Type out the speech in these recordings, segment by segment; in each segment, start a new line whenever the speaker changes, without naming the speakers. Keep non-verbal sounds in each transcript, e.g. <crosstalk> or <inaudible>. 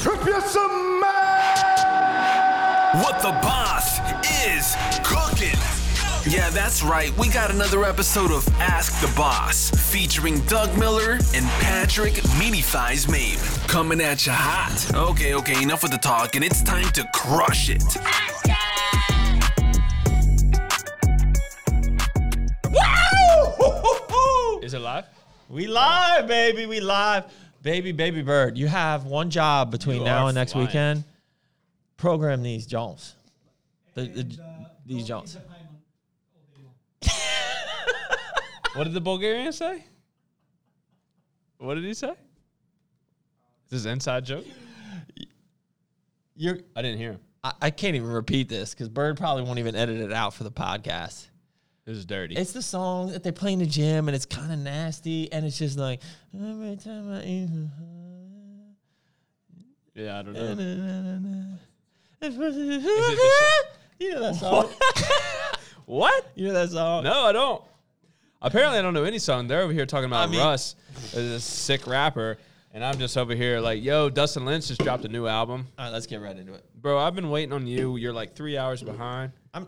Strip you some man.
What the boss is cooking. Yeah, that's right. We got another episode of Ask the Boss featuring Doug Miller and Patrick Meatyfies Mabe coming at you hot. Okay, okay, enough with the talk, and it's time to crush it.
Is it live?
We live, baby. We live. Baby, baby bird, you have one job between
You
now
are
and next
flying.
weekend. Program these Jones. The- the- these Jones.
What did the Bulgarian say? What did he say? Is this an inside joke?
You're,
I didn't hear him.
I, I can't even repeat this because Bird probably won't even edit it out for the podcast.
It was dirty.
It's the song that they play in the gym and it's kind of nasty and it's just like, every time I eat,
yeah, I don't know.
na, na, na, <laughs> na.
the
You know that song?
What?
<laughs> You know that song?
No, I don't. Apparently, I don't know any song. They're over here talking about
I mean-
Russ as a sick rapper, and I'm just over here like, yo, Dustin Lynch just dropped a new album.
All right, let's get right into it.
Bro, I've been waiting on you. You're like three hours behind.
I'm.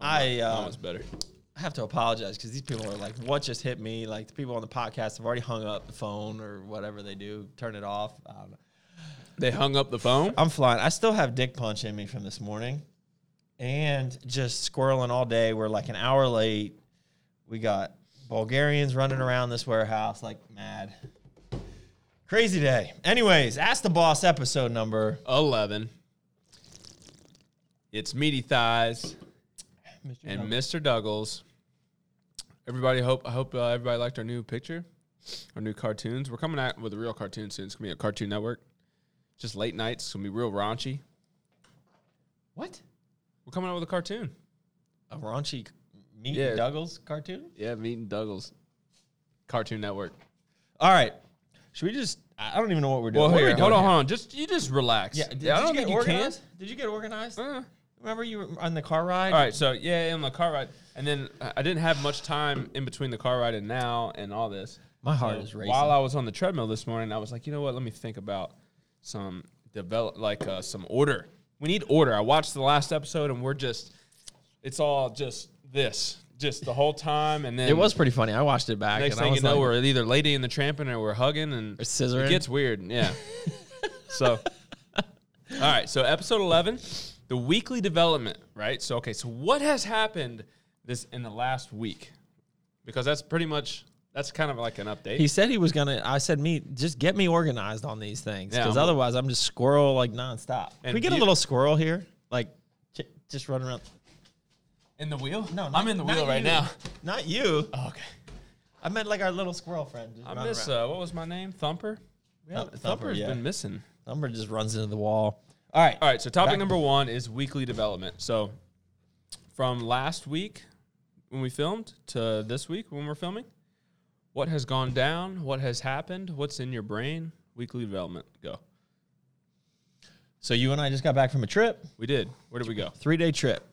I
That
uh,
was better.
I have to apologize because these people are like, "What just hit me?" Like the people on the podcast have already hung up the phone or whatever they do, turn it off. I don't know.
They hung up the phone.
I'm flying. I still have dick punch in me from this morning, and just squirreling all day. We're like an hour late. We got Bulgarians running around this warehouse like mad. Crazy day. Anyways, ask the boss episode number.
11. It's Meaty Thighs
Mr.
and Mr. Douglas. Everybody, hope I hope uh, everybody liked our new picture, our new cartoons. We're coming out with a real cartoon soon. It's gonna be a Cartoon Network. Just late nights. It's gonna be real raunchy.
what?
We're coming out with a cartoon.
A raunchy meat
Yeah.
Douglas cartoon?
Yeah, meeting Douglas. Cartoon Network.
All right. Should we just? I I don't even know what we're doing.
Well,
What are
here,
we
hold
doing
on,
here?
hold on. Just you just relax.
Yeah.
I
Did, did
don't
you Uh-huh. get
think you can.
organized? Did you get organized?
Uh.
Remember you were on the car ride?
All right, so yeah, in the car ride, and then I I didn't have much time in between the car ride and now and all this.
My heart
So
is racing.
While I was on the treadmill this morning, I was like, you know what? Let me think about some develop, like uh, some order. We need order. I watched the last episode, and we're just, it's all just this, just the whole time, and then
It was pretty funny. I watched it back.
Next
and I
thing
was
you know,
like,
we're either lady in the tramping or we're hugging and
scissoring.
It gets weird,
<laughs>
yeah. so, all right. So episode eleven, the weekly development, right? So okay, so what has happened this in the last week? Because that's pretty much that's kind of like an update.
He said he was gonna. I said, "Me, just get me organized on these things,
Yeah,
because
I'm-
otherwise I'm just squirrel like nonstop." Can
And
we get a
you-
little squirrel here, like j- just run around.
in the wheel?
No,
I'm
not-
in the
not
wheel right
you.
now.
Not you.
Oh, okay.
I meant like our little squirrel friend. Just
I
run
miss
around.
uh, what was my name? Thumper.
Thump-
Thumper's
Thumper, yeah.
been missing.
Thumper just runs into the wall. All right.
All right, so topic
Back-
number one is weekly development. So from last week when we filmed to this week when we're filming, what has gone down? What has happened? What's in your brain? Weekly development. Go.
So you and I just got back from a trip.
We did. Where did we go?
three day trip.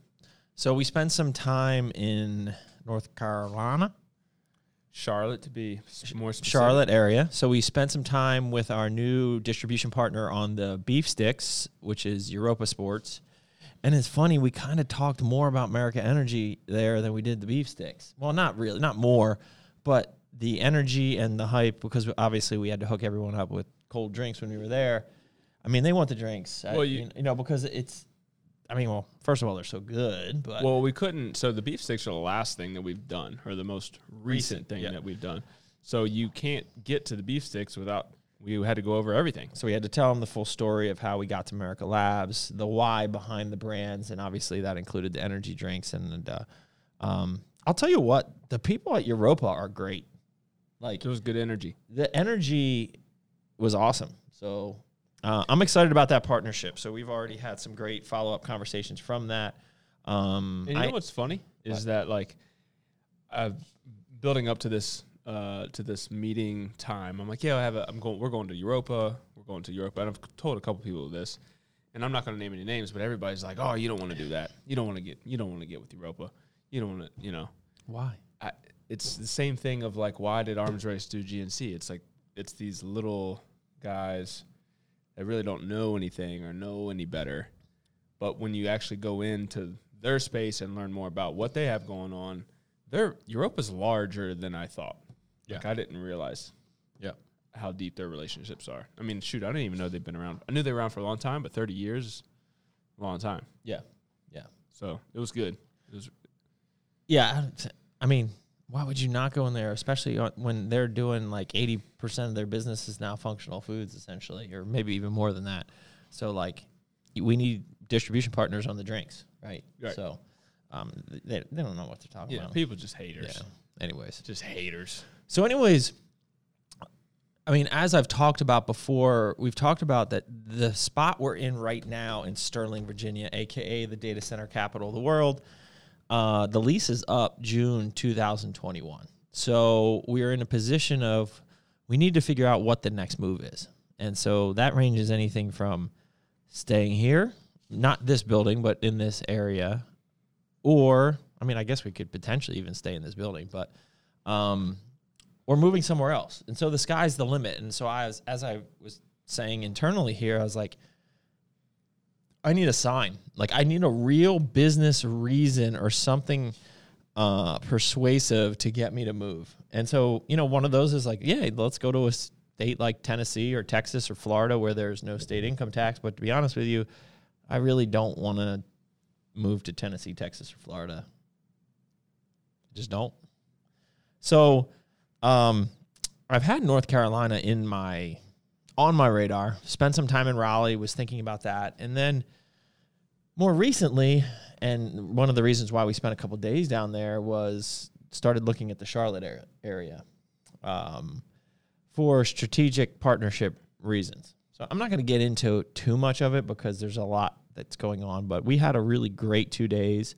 So we spent some time in North Carolina,
Charlotte to be s- more specific.
Charlotte area. So we spent some time with our new distribution partner on the beef sticks, which is Europa Sports. And it's funny, we kind of talked more about America Energy there than we did the beef sticks. Well, not really, not more, but the energy and the hype, because obviously we had to hook everyone up with cold drinks when we were there. I mean, they want the drinks. I-
Well, you-
you, you know, because it's, I mean, well, first of all, they're so good, but.
Well, we couldn't. So the beef sticks are the last thing that we've done, or the most recent,
Recent,
thing
yeah.
that we've done. So you can't get to the beef sticks without. We had to go over everything.
So we had to tell them the full story of how we got to America Labs, the why behind the brands, and obviously that included the energy drinks. And uh, um, I'll tell you what, the people at Europa are great. Like
It was good energy.
the energy was awesome. So uh, I'm excited about that partnership. So we've already had some great follow up conversations from that. Um,
And you
I-
know what's funny is that like, i building up to this uh, to this meeting time. I'm like, yeah, I have a. I'm going. We're going to Europa. We're going to Europa. And I've told a couple people this, and I'm not going to name any names, but everybody's like, oh, you don't want to do that. You don't want to get. You don't want to get with Europa. You don't want to. You know,
why?
I, it's the same thing of like, why did Arms Race do GNC? It's like it's these little guys that really don't know anything or know any better. But when you actually go into their space and learn more about what they have going on, their Europa's larger than I thought. Like
Yeah.
I didn't realize
Yeah.
how deep their relationships are. I mean, shoot, I didn't even know they've been around. I knew they were around for a long time, but 30 years, is a long time.
Yeah. Yeah.
So it was good. It was
Yeah, I- I mean, why would you not go in there, especially on- when they're doing like eighty percent of their business is now functional foods, essentially, or maybe even more than that. So like, we need distribution partners on the drinks, right?
Right.
So, um, they, they don't know what they're talking
yeah.
about.
People just haters.
yeah. Anyways,
Just haters.
so, anyways, I mean, as I've talked about before, we've talked about that the spot we're in right now in Sterling, Virginia, aka the data center capital of the world, uh, the lease is up June 2021. So we're in a position of we need to figure out what the next move is. And so that ranges anything from staying here, not this building, but in this area, or I mean, I guess we could potentially even stay in this building, but um, or moving somewhere else. And so the sky's the limit. And so I was, as I was saying internally here, I was like, I need a sign. Like I need a real business reason or something uh, persuasive to get me to move. And so, you know, one of those is like, yeah, let's go to a state like Tennessee or Texas or Florida where there's no state income tax. But to be honest with you, I really don't want to move to Tennessee, Texas, or Florida. I just don't. So, um, I've had North Carolina in my on my radar. Spent some time in Raleigh. Was thinking about that, and then more recently, and one of the reasons why we spent a couple days down there was started looking at the Charlotte ar- area um, for strategic partnership reasons. So I'm not going to get into too much of it because there's a lot that's going on. But we had a really great two days.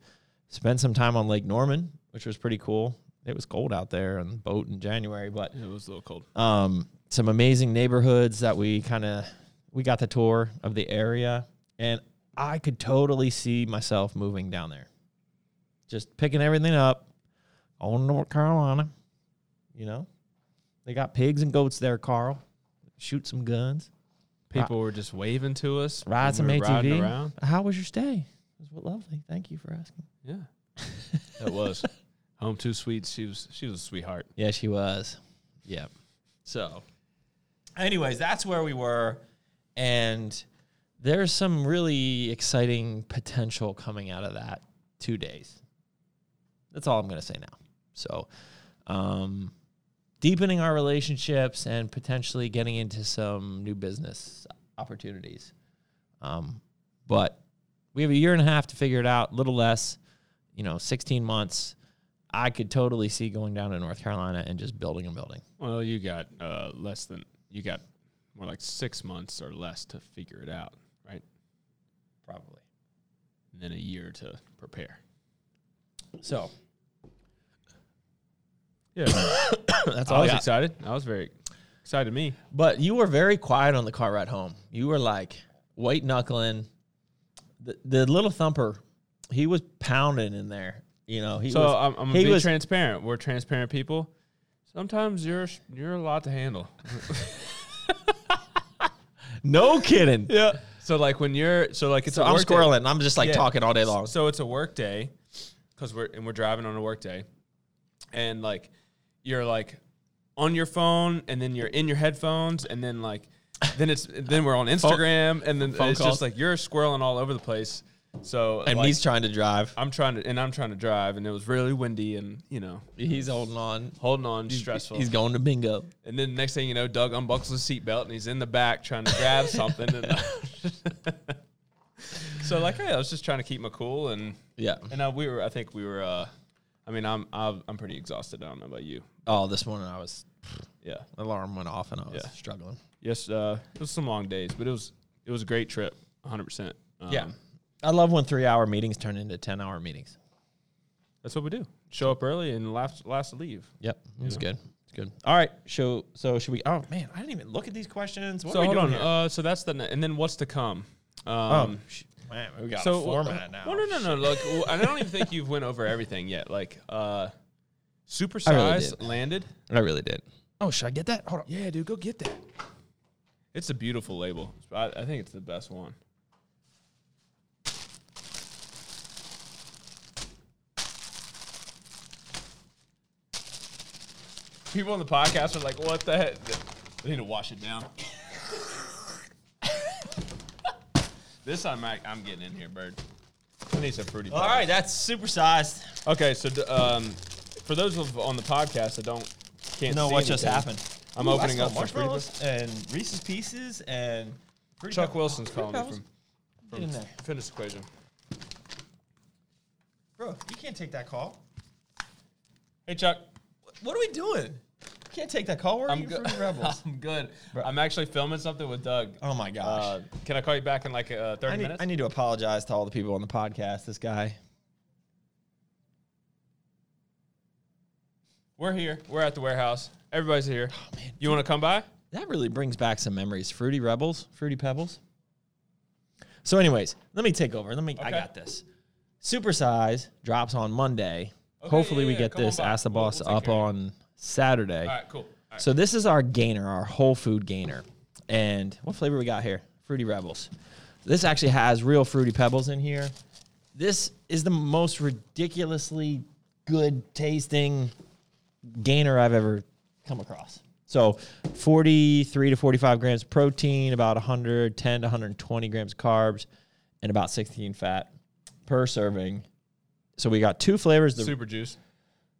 Spent some time on Lake Norman, which was pretty cool. It was cold out there on the boat in January, but
It was a little cold.
um, some amazing neighborhoods that we kind of we got the tour of the area and i could totally see myself moving down there just picking everything up on north carolina you know they got pigs and goats there carl shoot some guns
People were just waving to us. when
ride some
we were riding
atv
around.
how was your stay it was lovely thank you for asking
Yeah. <laughs> that was. Home Two Sweets. She was she was a sweetheart.
Yeah, she was. Yep. So, anyways, that's where we were, and there's some really exciting potential coming out of that two days. That's all I'm gonna say now. So, um, deepening our relationships and potentially getting into some new business opportunities. Um, but we have a year and a half to figure it out, a little less, you know, 16 months. I could totally see going down to North Carolina and just building a building.
Well, you got uh, less than you got more like six months or less to figure it out, right?
Probably.
And then a year to prepare.
So
Yeah, <coughs>
that's
I
all I
was
got.
excited. I was very excited. Me,
But you were very quiet on the car ride home. You were like white knuckling. The, the little thumper, he was pounding in there. You know, he
so
was.
I'm, I'm
he
gonna be
was-
transparent. We're transparent people. Sometimes you're you're a lot to handle.
no kidding.
yeah. <laughs> So like when you're so like it's
So
a
I'm
work day.
squirreling. I'm just like
Yeah.
talking all day long.
So it's a work day because we're and we're driving on a work day, and like you're like on your phone, and then you're in your headphones, and then like then it's then we're on Instagram, and then
phone
it's
calls.
just like you're squirreling all over the place. So
and
like,
he's trying to drive.
I'm trying to and I'm trying to drive, and it was really windy, and you know
He's holding on.
holding on, stressful.
He's going to bingo.
and then next thing you know, Doug unbuckles his seatbelt, and he's in the back trying to grab something.
<laughs>
And <laughs> so like hey, I was just trying to keep my cool and.
Yeah.
And uh, we were, I think we were. Uh, I mean, I'm, I'm, I'm pretty exhausted. I don't know about you.
Oh, this morning I was
Yeah.
alarm went off and I was
Yeah.
struggling.
Yes. Uh, it was some long days, but it was, it was a great trip. 100. percent Um,
Yeah. Um, I love when three hour meetings turn into 10 hour meetings.
That's what we do. Show up early and last, last to leave.
Yep. It's good. It's good. All right. So, so should we? Oh, man. I didn't even look at these questions. What
so
are we
hold
doing
on.
here?
Uh, so that's the, ne- and then what's to come? Um,
oh, sh- man. We got
so
a format now.
Well, no, no, no. Look, well, I don't even think you've went over everything yet. Like, uh, supersize
I really did.
landed.
I really did. Oh, should I get that? Hold on.
Yeah, dude, go get that. It's a beautiful label. I, I think it's the best one. People on the podcast are like, "What the heck?" They need to wash it down. <laughs> this I'm act- I'm getting in here, bird. I need some fruity.
All
pebbles.
right, that's supersized.
Okay, so d- um, for those of on the podcast that don't can't
No,
see
what just
anything,
happened?
I'm
Ooh, I
opening
smell
up some fruity pebbles.
marshmallows and Reese's Pieces and Fruity
Chuck
Pebbles.
Wilson's calling
Fruity
me
Pebbles?
from
Get in there,
Fitness Equation.
bro. You can't take that call.
Hey Chuck,
What are we doing? You can't take that call. We're
I'm
eating
good. <laughs>
Fruity Rebels.
I'm good. I'm actually filming something with Doug.
oh my gosh.
Uh, can I call you back in like uh, 30
I need,
minutes?
I need to apologize to all the people on the podcast. This guy.
We're here. We're at the warehouse. Everybody's here.
man.
you want to come by?
That really brings back some memories. Fruity Rebels, Fruity Pebbles. So, anyways, let me take over. Let me. I
Okay.
got this. Supersize drops on Monday. Hopefully,
yeah,
we
yeah,
get
come on
this
by.
Ask the
We'll-
Boss
we'll take
up
care of you.
on Saturday.
All right, cool. All right.
So this is our gainer, our whole food gainer. And what flavor we got here? Fruity Rebels. This actually has real fruity pebbles in here. This is the most ridiculously good tasting gainer I've ever come across. So 43 to 45 grams protein, about 110 to 120 grams carbs, and about 16 fat per serving. So we got two flavors. The
Super juice.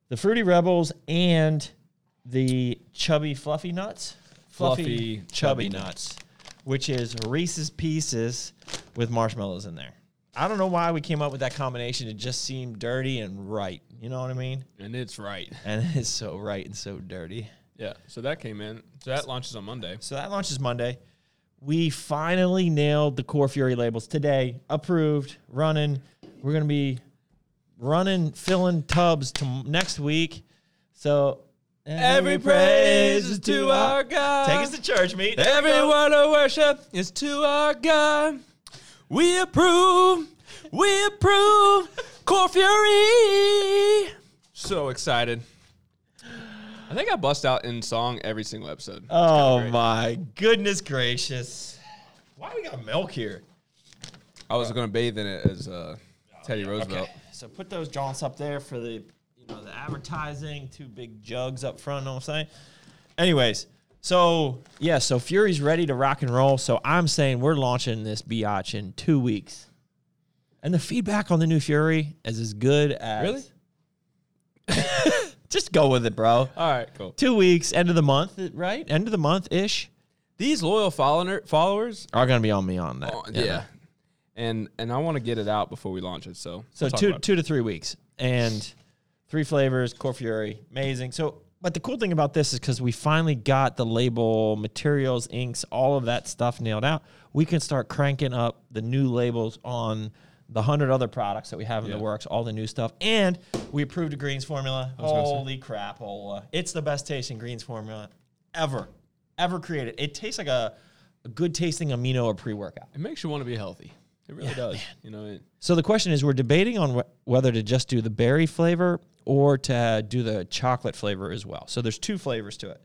the fruity rebels and the chubby fluffy nuts
Fluffy chubby
nuts which is reese's pieces with marshmallows in there i don't know why we came up with that combination it just seemed dirty and right you know what i mean
And it's right.
and <laughs> it's so right and so dirty
Yeah. So that came in. So that launches on Monday.
so that launches monday we finally nailed the core fury labels today approved running we're going to be running filling tubs to next week so
God.
Take us to church meet.
Every word of worship is to our God. We approve. We approve. Core Fury. So excited. I think I bust out in song every single episode.
Oh my goodness gracious! Why we got milk here?
I was going to bathe in it as uh, Teddy Roosevelt.
So put those jaunts up there for the you know the advertising. Two big jugs up front. Know what I'm saying? Anyways, so yeah, so Fury's ready to rock and roll. So I'm saying we're launching this biatch in two weeks, and the feedback on the new Fury is as good as
Really?
<laughs> Just go with it, bro.
All right, cool.
Two weeks, end of the month, right? End of the month ish.
These loyal follower- followers,
are going to be on me on that.
oh, yeah. And and I want to get it out before we launch it. So
So
we'll talk
two
about it.
two to three weeks and three flavors, core fury, amazing. So, but the cool thing about this is because we finally got the label, materials, inks, all of that stuff nailed out. We can start cranking up the new labels on the hundred other products that we have in the
Yeah.
works, all the new stuff, and we approved a greens formula.
gonna say.
Holy crap! It's the best tasting greens formula ever, ever created. It tastes like a, a good tasting amino or pre workout.
It makes you want to be healthy. It really does. You know, it,
So the question is, we're debating on wh- whether to just do the berry flavor or to do the chocolate flavor as well. So there's two flavors to it.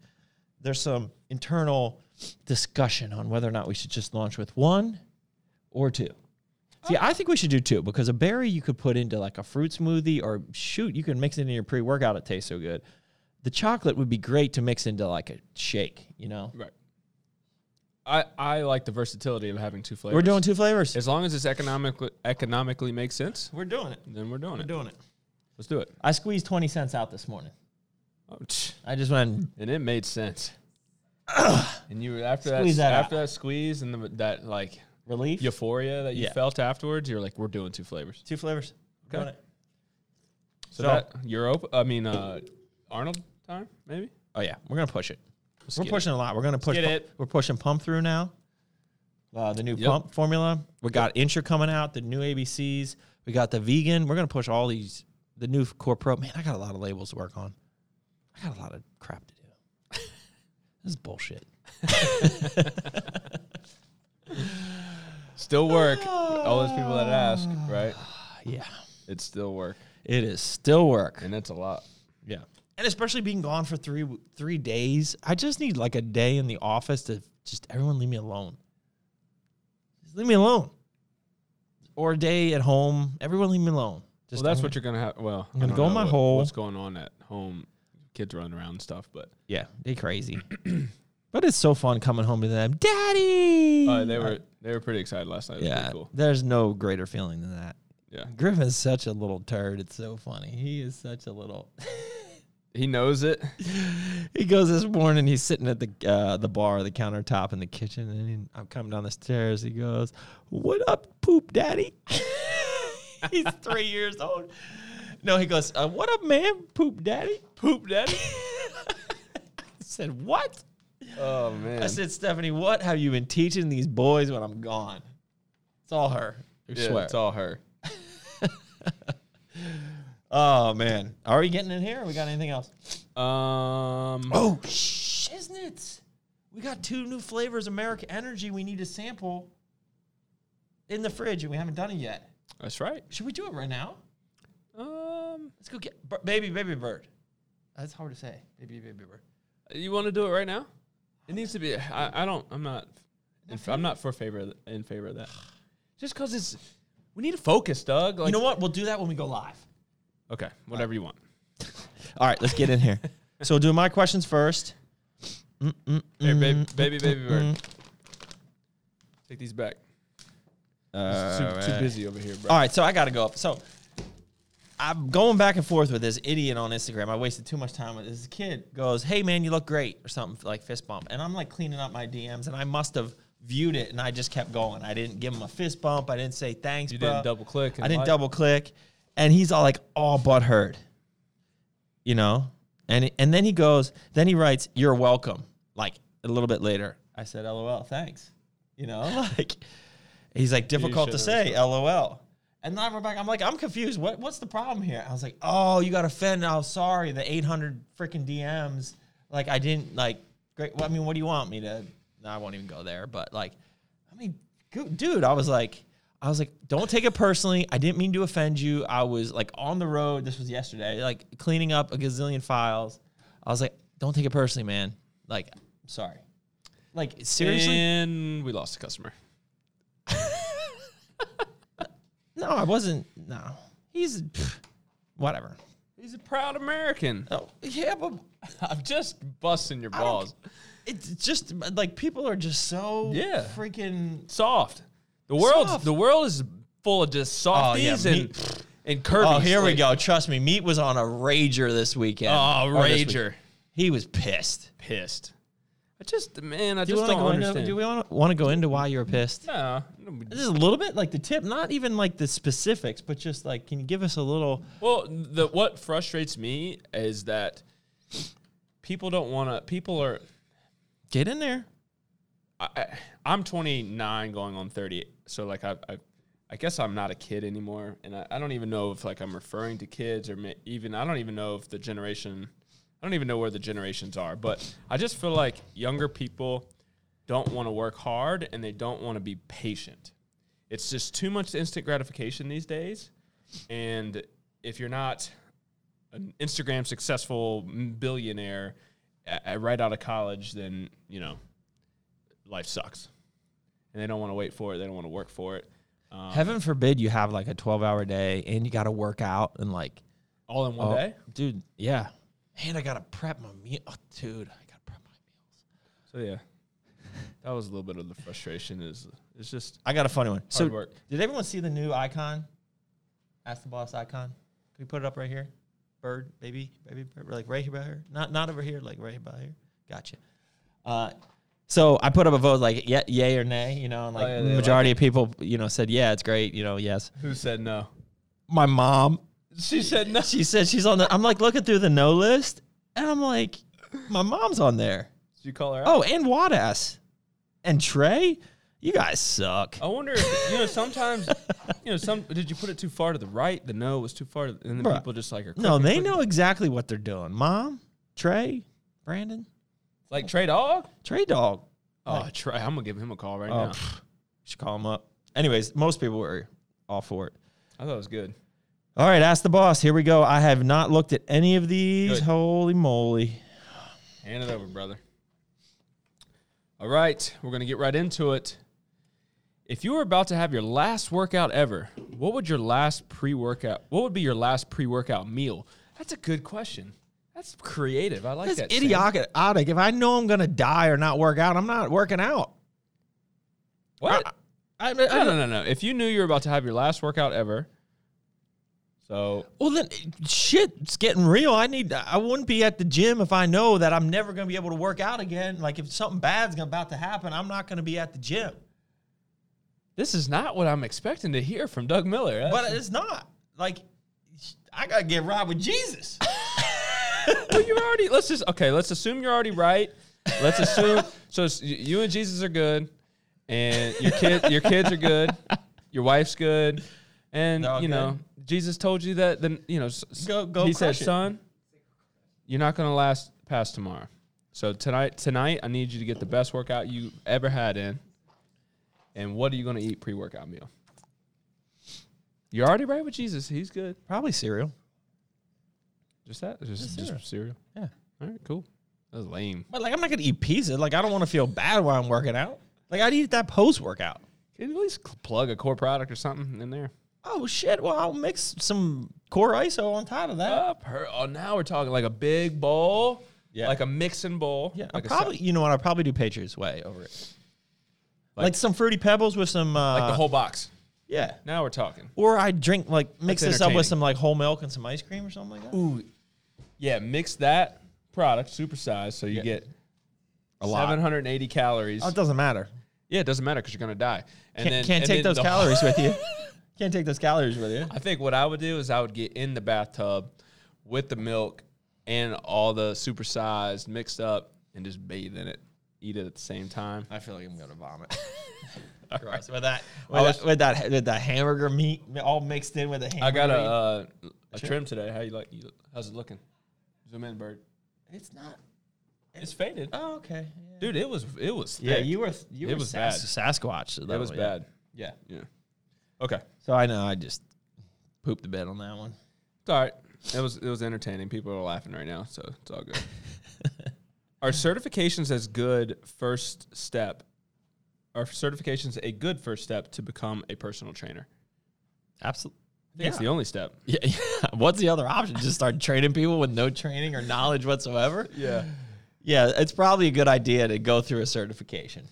There's some internal discussion on whether or not we should just launch with one or two. See, I think we should do two because a berry you could put into like a fruit smoothie or shoot, you can mix it in your pre-workout. It tastes so good. The chocolate would be great to mix into like a shake. You know,
right. I I like the versatility of having two flavors.
we're doing two flavors.
As long as it's economically economically makes sense,
We're doing it.
then we're doing it.
doing it.
Let's do it.
I squeezed twenty cents out this morning.
Oh, tch.
I just went.
and it made sense. and you were- after that,
Squeeze that
after
out.
that squeeze and the, that like
Relief.
euphoria that you
Yeah.
felt afterwards, you're like, we're doing two flavors.
Two flavors.
Okay.
Doing it.
So,
So-
that Europe, I mean uh, Arnold time maybe.
Oh yeah, we're gonna push it. we're
get
pushing a lot. We're gonna push.
get
pu-
it.
We're pushing pump through now. Uh, the new
Yep.
pump formula. We got Incher coming out. The new ABCs. We got the vegan. We're gonna push all these. The new Core Pro. Man, I got a lot of labels to work on. I got a lot of crap to do. <laughs> this is bullshit.
Still work. All those people that ask, right?
Yeah,
It's still work,
it is still work.
and that's a lot.
Yeah, and especially being gone for three three days. I just need like a day in the office to just everyone leave me alone. Just leave me alone. Or a day at home. Everyone leave me alone. Just
well, that's
everyone-
what you're gonna have. Well,
I'm
I
gonna
don't
go in
know
my
what-
hole.
What's going on at home? Kids running around and stuff, but
Yeah,
<clears throat>
they crazy. but it's so fun coming home to them, Daddy.
uh, they were they were pretty excited last night. It was
Mm, yeah.
pretty cool.
There's no greater feeling than that.
Yeah,
Griffin's such a little turd. It's so funny. He is such a little.
he knows
<laughs>
it.
he goes this morning. He's sitting at the uh, the bar, the countertop in the kitchen, and he- I'm coming down the stairs. He goes, "What up, poop daddy?" <laughs> he's three years old. No, he goes, uh, "What up, man, poop daddy, poop daddy." <laughs> I said what?
Oh man,
I said, Stephanie, what have you been teaching these boys when I'm gone? It's all her. I
yeah,
swear.
it's all her.
oh man, are we getting in here? Or we got anything else?
Um,
Oh, shiznits. We got two new flavors of America Energy we need to sample in the fridge, and we haven't done it yet.
that's right.
Should we do it right now?
Um,
Let's go get bir- Baby Baby Bird. That's hard to say. Baby Baby Bird.
you want to do it right now? It needs to be. I, I don't. I'm not. In, I'm not for favor of th- in favor of that. Just because it's. We need to focus, Doug. Like,
You know what? We'll do that when we go live.
Okay, whatever you want.
All right, let's get in <laughs> here. so, do my questions first. Mm,
Here,
Mm-hmm.
baby, baby, baby bird. Take these back.
Uh,
It's too, too busy over here, bro.
All right, so I got to go up. So I'm going back and forth with this idiot on Instagram. I wasted too much time with this kid. Goes, hey man, you look great or something like fist bump, and I'm like cleaning up my DMs, and I must have viewed it, and I just kept going. I didn't give him a fist bump. I didn't say thanks.
You didn't
bruh.
double click and
I didn't
like-
double click, and he's all like all but hurt, you know. And and then he goes, then he writes, "You're welcome." Like a little bit later, I said, "LOL, thanks," you know, <laughs> like. He's like difficult to
should've
say, LOL. And then I wrote back, I'm like, I'm confused. What what's the problem here? I was like, oh, you got offended. I'm sorry. The 800 freaking DMs. Like I didn't like. Great. Well, I mean, what do you want me to? No, I won't even go there. But like, I mean, go- dude, I was like, I was like, don't take it personally. I didn't mean to offend you. I was like on the road. This was yesterday. Like cleaning up a gazillion files. I was like, don't take it personally, man. Like, I'm sorry. Like seriously.
And we lost a customer.
No, I wasn't. No, he's pff, whatever.
He's a proud American.
Oh, yeah, <laughs> but
I'm just busting your
don't
balls.
it's just like people are just so
Yeah.
freaking.
Soft. The world.
Soft. Oh,
The world is full of just softies
yeah, me-
and and curvy.
Oh, here we go. Trust me, Meat was on a rager this weekend.
Oh,
Or this week.
rager.
He was pissed.
Pissed. I just man. I
Do you
just
want to
don't
go
understand.
into? Do we want to go into why you were pissed?
Nah, no, we-
Just a little bit, like the tip, not even like the specifics, but just like, can you give us a little?
Well, the what frustrates me is that people don't want to. People are.
Get in there.
I, I, I'm 29, going on 30. So like I, I, I guess I'm not a kid anymore, and I, I don't even know if like I'm referring to kids or ma- even I don't even know if the generation. I don't even know where the generations are, but I just feel like younger people don't want to work hard and they don't want to be patient. It's just too much instant gratification these days, and if you're not an Instagram successful billionaire a- a- right out of college, then you know life sucks, and they don't want to wait for it. They don't want to work for it.
Heaven forbid you have like a twelve-hour day and you got to work out and like
All in one
Oh,
day.
dude. Yeah, and I gotta prep my meal, oh, dude. I gotta prep my meals.
So yeah, <laughs> that was a little bit of the frustration. Is it's just
I got a funny one. so,
work.
did everyone see the new icon? Ask the boss icon. Can we put it up right here? Bird, baby, baby, bird, like right here, by here. Not not over here, like right here, by here. Gotcha. Uh, so I put up a vote, like yeah, yay or nay, you know, and like
Oh, yeah,
the
they
majority of people, you know, said yeah, it's great, you know, yes.
who said no?
My mom,
She said no.
she said she's on the. I'm like looking through the no list, and I'm like, my mom's on there.
Did you call her out?
Oh, and Wadass. And Trey? You guys suck.
I wonder if you know. Sometimes you know. Some did you put it too far to the right? The no was too far, to the, and then
Bruh.
people just like are
no,
clicking,
they
clicking.
know exactly what they're doing. Mom, Trey, Brandon,
Like Trey Dog.
Trey Dog.
Oh, Trey, I'm gonna give him a call right
Oh,
now.
pff, should call him up. Anyways, most people were all for it.
I thought it was good.
All right, ask the boss. Here we go. I have not looked at any of these.
Good.
Holy moly.
Hand it over, brother. All right, we're going to get right into it. If you were about to have your last workout ever, what would your last pre-workout? What would be your last pre-workout meal? That's a good question. That's creative. I like
That's
that. Sam.
idiotic. If I know I'm gonna die or not work out, I'm not working out.
What?
I, I,
no, no, no, no. If you knew you were about to have your last workout ever, so
Well, then shit, it's getting real. I need. I wouldn't be at the gym if I know that I'm never gonna be able to work out again. Like if something bad's about to happen, I'm not gonna be at the gym.
this is not what I'm expecting to hear from Doug Miller. That's-
But it's not like I gotta get right with Jesus.
well, you're already. Let's just okay. Let's assume you're already right. Let's assume so. it's- y- You and Jesus are good, and your kid, your kids are good, your wife's good, and
They're all
you know Jesus told you that. Then you know, s- s-
Go- go
He said,
crush it.
"Son, you're not gonna last past tomorrow. So tonight, tonight, I need you to get the best workout you ever had in. And what are you gonna eat pre-workout meal? You're already right with Jesus. He's good.
Probably cereal.
Just that. Just just cereal.
Yeah.
All right. Cool. That was lame.
But like I'm not gonna eat pizza. Like I don't want to feel bad while I'm working out. Like I'd eat that post workout.
Can you at least cl- plug a core product or something in there?
Oh shit! Well, I'll mix some core ISO on top of that.
Up her. Oh, now we're talking like a big bowl,
Yeah.
like a mixing bowl.
Yeah,
like
I
a
probably.
sa-
You know what? I probably do Patriots way over it.
Like-
Like, some fruity pebbles with some. Uh,
like the whole box.
Yeah.
Now we're talking.
Or I drink like mix
That's
this up
entertaining.
with some like whole milk and some ice cream or something like that.
Ooh, yeah. Mix that product supersized so you get
a
780 calories.
Oh, it doesn't matter.
yeah, it doesn't matter because you're gonna die. And
Can't,
then
can't
and
take
then
those
the- <laughs>
calories with you. Can't take those calories with you.
I think what I would do is I would get in the bathtub with the milk and all the supersized mixed up and just bathe in it, eat it at the same time.
I feel like I'm gonna <laughs> vomit. Gross. With that, with,
was-
that, with that, with that hamburger meat all mixed in with the hamburger.
I got a
meat.
uh, a trim today. How you like? You, how's it looking? Zoom in, bird.
It's not.
It's faded,
Oh, okay. Yeah.
dude. It was it was
Yeah,
thick.
you were you
It
were
was
Sas- Sasquatch. so
It
that
was
yeah.
bad. Yeah, yeah. Okay, it's
So I know I just pooped the bed on that one.
all right. It was it was entertaining. People are laughing right now, so it's all
<laughs>
good. are certifications as good first step? Are certifications a good first step to become a personal trainer?
Absolutely.
I think It's the only step.
<laughs> Yeah. What's the other option? Just start training people with no training or knowledge whatsoever?
Yeah.
Yeah, it's probably a good idea to go through a certification.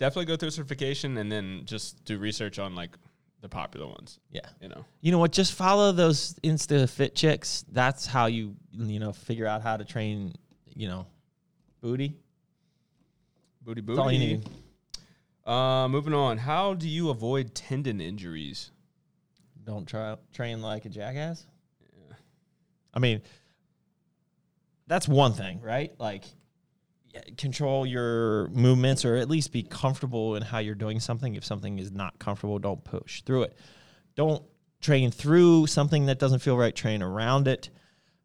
Definitely go through certification and then just do research on like the popular ones.
Yeah.
You know.
You know what? Just follow those Insta Fit chicks. That's how you you know figure out how to train. You know, booty.
Booty booty.
That's all you need.
Uh, moving on. How do you avoid tendon injuries?
Don't try train like a jackass. I mean, that's one thing, right? Like, yeah, control your movements or at least be comfortable in how you're doing something. If something is not comfortable, don't push through it. Don't train through something that doesn't feel right, train around it.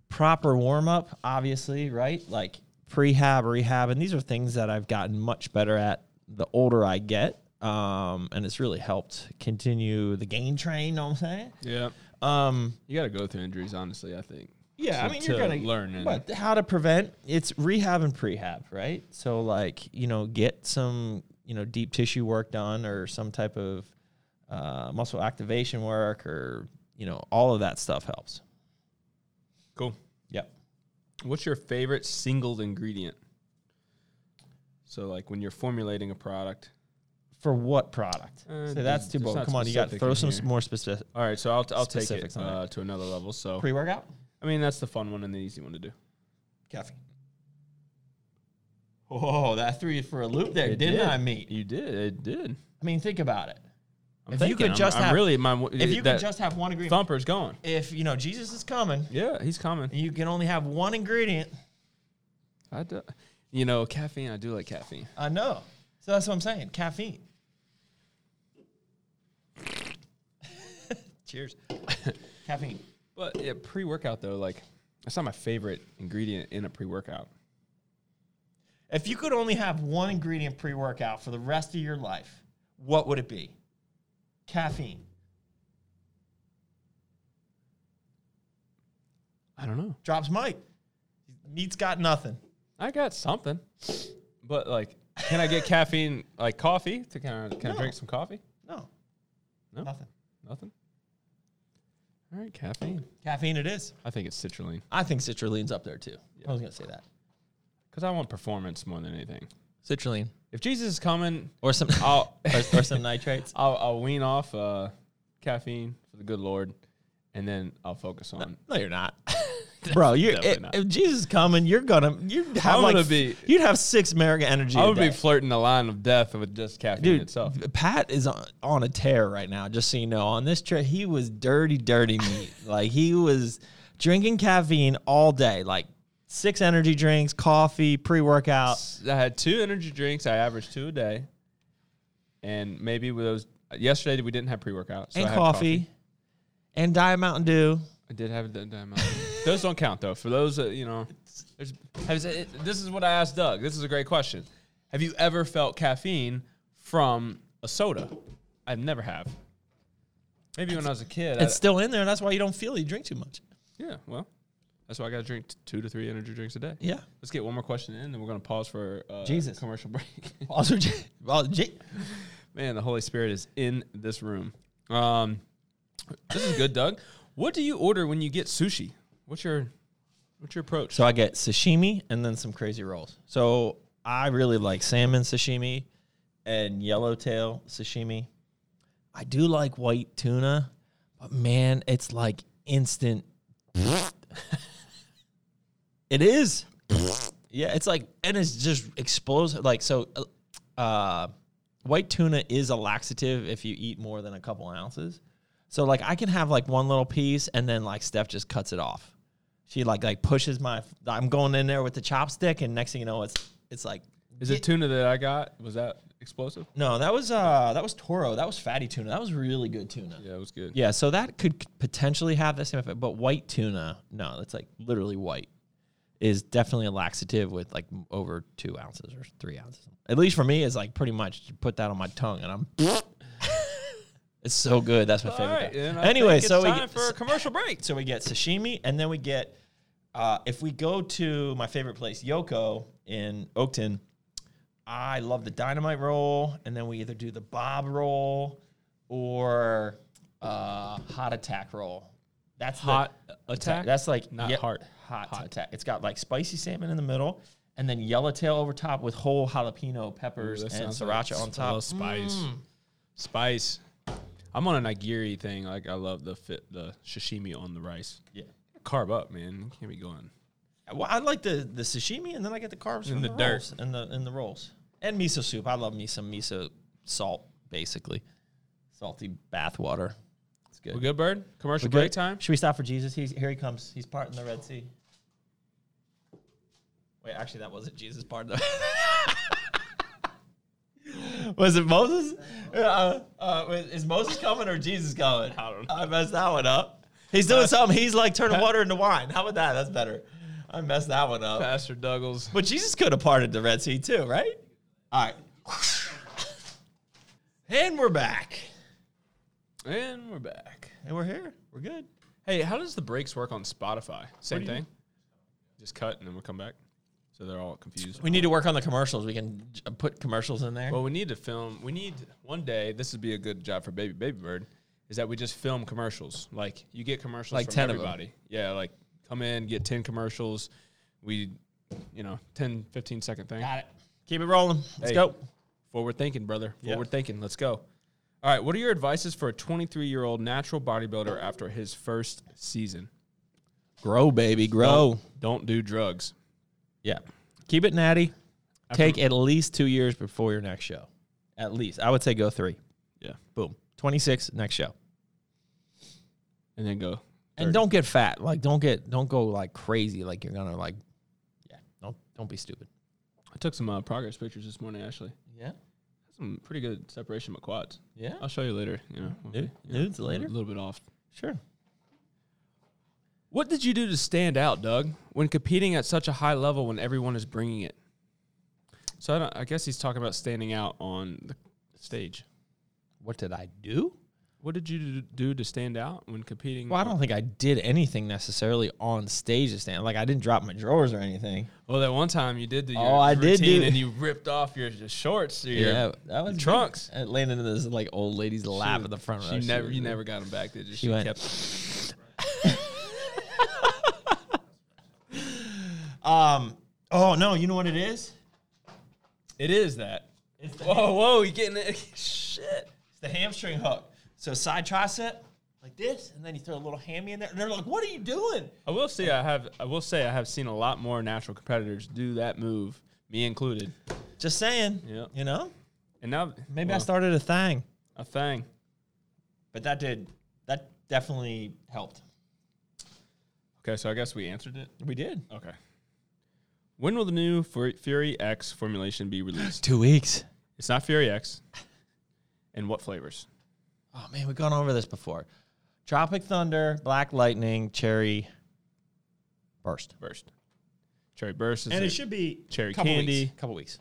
Proper warm up, obviously, right? Like prehab, rehab. And these are things that I've gotten much better at the older I get. Um, and it's really helped continue the gain train, know what I'm saying?
Yeah,
Um,
you got to go through injuries. Honestly, I think.
yeah, I
To-
mean, you're
to
gonna
learn and-
but how to prevent it's rehab and prehab, right? So like you know, get some you know deep tissue work done or some type of uh, muscle activation work or you know all of that stuff helps.
Cool.
Yep.
What's your favorite single ingredient? So, like when you're formulating a product.
For what product?
Uh,
so that's
there's-
too
there's
bold.
not
Come on, you got to
specific
throw
in
some
here.
more specific
All right, so I'll, I'll take it
Specifics on
uh, to another level. So,
pre workout.
I mean, that's the fun one and the easy one to do.
Caffeine. Whoa, that threw you for a loop there, didn't I? Meet.
You did. It did.
I mean, think about it.
I'm
If you
thinking,
could
I'm-
just
I'm
have-
really my
If you
that
could just have one ingredient,
thumper's gone.
if you know Jesus is coming,
Yeah, he's coming.
and you can only have one ingredient.
I do, you know, caffeine. I do like caffeine.
I know. So that's what I'm saying. Caffeine. <laughs>
<laughs>
Cheers. Caffeine.
But yeah, pre workout though, like that's not my favorite ingredient in a pre workout.
If you could only have one ingredient pre workout for the rest of your life, what would it be? Caffeine.
I don't know.
Drops Mike. Meat's got nothing.
I got something, but like Can I <laughs> get caffeine, like coffee? To, can I, can I drink some coffee?
No,
No,
nothing.
nothing. All right, caffeine.
Caffeine it is.
I think it's citrulline
I think citrulline's up there too. I was gonna say that.
because I want performance more than anything.
Citrulline.
If Jesus is coming,
Or some
I'll
<laughs> or, or some nitrates.
I'll, I'll wean off uh, caffeine for the good Lord, and then I'll focus on.
<laughs> No, you're <laughs> not. Bro, you
Definitely
if,
not.
if Jesus is coming, you're gonna you'd have
I'm
like
gonna be-
you'd have six American energy.
I
a
would be
day.
flirting the line of death with just caffeine
Dude,
itself.
Pat is on, on a tear right now. Just so you know, on this trip, he was dirty, dirty meat. <laughs> like he was drinking caffeine all day, like six energy drinks, coffee, pre workout.
I had two energy drinks. I averaged two a day, and maybe with those. Yesterday we didn't have pre workout, so I
and
had
coffee, and Diet Mountain Dew.
I did have the diamond. those don't count though. For those, uh, you know, there's, has it, this is what I asked Doug. This is a great question. Have you ever felt caffeine from a soda? I never have. Maybe when I was a kid. I,
It's still in there. That's why you don't feel it. You drink too much.
yeah, well, that's why I got to drink t- two to three energy drinks a day.
Yeah.
Let's get one more question in, then we're gonna pause for uh,
Jesus.
commercial <laughs> break.
Also, well, J-
Man, the Holy Spirit is in this room. Um, this is good, Doug. What do you order when you get sushi? What's your what's your approach?
so I get sashimi and then some crazy rolls. So I really like salmon sashimi and yellowtail sashimi. I do like white tuna, but man, it's like instant. <laughs> it is. yeah, it's like, and it's just explosive. Like, so uh, uh, white tuna is a laxative if you eat more than a couple ounces. So, like, I can have like one little piece, and then like Steph just cuts it off. She like like pushes my. I'm going in there with the chopstick, and next thing you know, it's it's like
Is it tuna that I got? Was that explosive?
no, that was uh that was Toro. That was fatty tuna. That was really good tuna. Yeah.
Yeah, it was good.
so that could potentially have that same effect, but white tuna, no, that's like literally white, is definitely a laxative with like m- over two ounces or three ounces. At least for me, it's like pretty much to put that on my tongue and I'm. <laughs> it's so good. That's my
All
favorite.
right.
thing.
and I think
anyway,
it's
so we
time
get,
for a commercial break.
so we get sashimi, and then we get uh, if we go to my favorite place, Yoko in Oakton. I love the dynamite roll, and then we either do the bob roll or uh, hot attack roll. That's the-
Hot attack?
That's like
Not heart.
Hot, attack. It's got like spicy salmon in the middle, and then yellowtail over top with whole jalapeno peppers
Ooh, that
and
sounds like
sriracha on
I
top.
love spice. Spice. I'm on a nigiri thing. Like I love the fit, the sashimi on the rice.
Yeah.
Carb up, man. Can't be going.
Well, I like the the sashimi, and then I get the carbs from
the
the,
dirt.
rolls and the and the rolls and miso soup. I love me some miso salt, basically salty bath water. It's good.
We good, bird? Commercial
We
break
good?
time.
Should we stop for Jesus? He's here. He comes. He's parting the Red Sea. Wait, actually, that wasn't Jesus parting the. <laughs> was it Moses? Uh, uh, wait, is Moses coming or Jesus coming? I
don't know.
I messed that one up. He's doing something. He's like turning water into wine. How about that? That's better. I messed that one up.
Pastor Douglas.
But Jesus could have parted the Red Sea too, right? All right. and we're back.
And we're back.
And we're here. We're good.
Hey, how does the breaks work on Spotify? Same
do you
thing? Just cut and then we'll come back. So they're all confused.
We need to work on the commercials. We can j- uh, put commercials in there.
Well, we need to film. We need one day. This would be a good job for Baby Baby Bird. Is that we just film commercials? Like you get commercials
Like
from
10 of 'em.
everybody. Yeah, like come in, get ten commercials. We, you know, 10, 15 second thing.
Got it. Keep it rolling. Let's
Hey.
go.
Forward thinking, brother.
Yeah.
Forward thinking. Let's go. All right. What are your advices for a twenty three year old natural bodybuilder after his first season?
Grow, baby, grow.
Don't do drugs.
Yeah. Keep it natty. Take at least two years before your next show. At least. I would say go three.
Yeah.
Boom. 26, next show.
And then go.
And don't get fat. Like don't get don't go like crazy like you're gonna like Yeah. Don't don't be stupid.
I took some uh, progress pictures this morning. Actually,
Yeah.
some pretty good separation of my quads.
Yeah.
I'll show you later. You know, when we-
Nude- Oh, Nudes
a
later?
little bit off
Sure.
What did you do to stand out, Doug, when competing at such a high level when everyone is bringing it? So I, don't, I guess he's talking about standing out on the stage.
What did I do?
What did you do to stand out when competing?
Well, I don't think I did anything necessarily on stage to stand. Like I didn't drop my drawers or anything.
Well, that one time you did the
Oh, I did
routine
do- <laughs>
and you ripped off your, your shorts. Or your,
Yeah, that was
trunks.
It landed in this like old lady's lap in the front row.
She never,
was-
you never got them back, did you? She,
went-
kept.
<laughs> Um. Oh no, you know what it is?
It is that.
It's the,
Whoa, whoa, you getting it? <laughs> Shit.
it's the hamstring hook. So side tricep like this, and then you throw a little hammy in there, and they're like, "What are you doing?"
I will say I have. I will say I have seen a lot more natural competitors do that move, me included.
Just saying.
Yeah.
You know.
And now
Maybe I
well,
started a thing,
a thing.
but that did that definitely helped.
Okay, so I guess we answered it.
We did
Okay. When will the new Fu- Fury X formulation be
<gasps>
released?
two weeks.
it's not Fury X. And what flavors?
Oh man, we've gone over this before. Tropic Thunder, Black Lightning, Cherry Burst.
Burst. Cherry burst is
And it
a-
should be
cherry
couple
candy.
Weeks, couple weeks.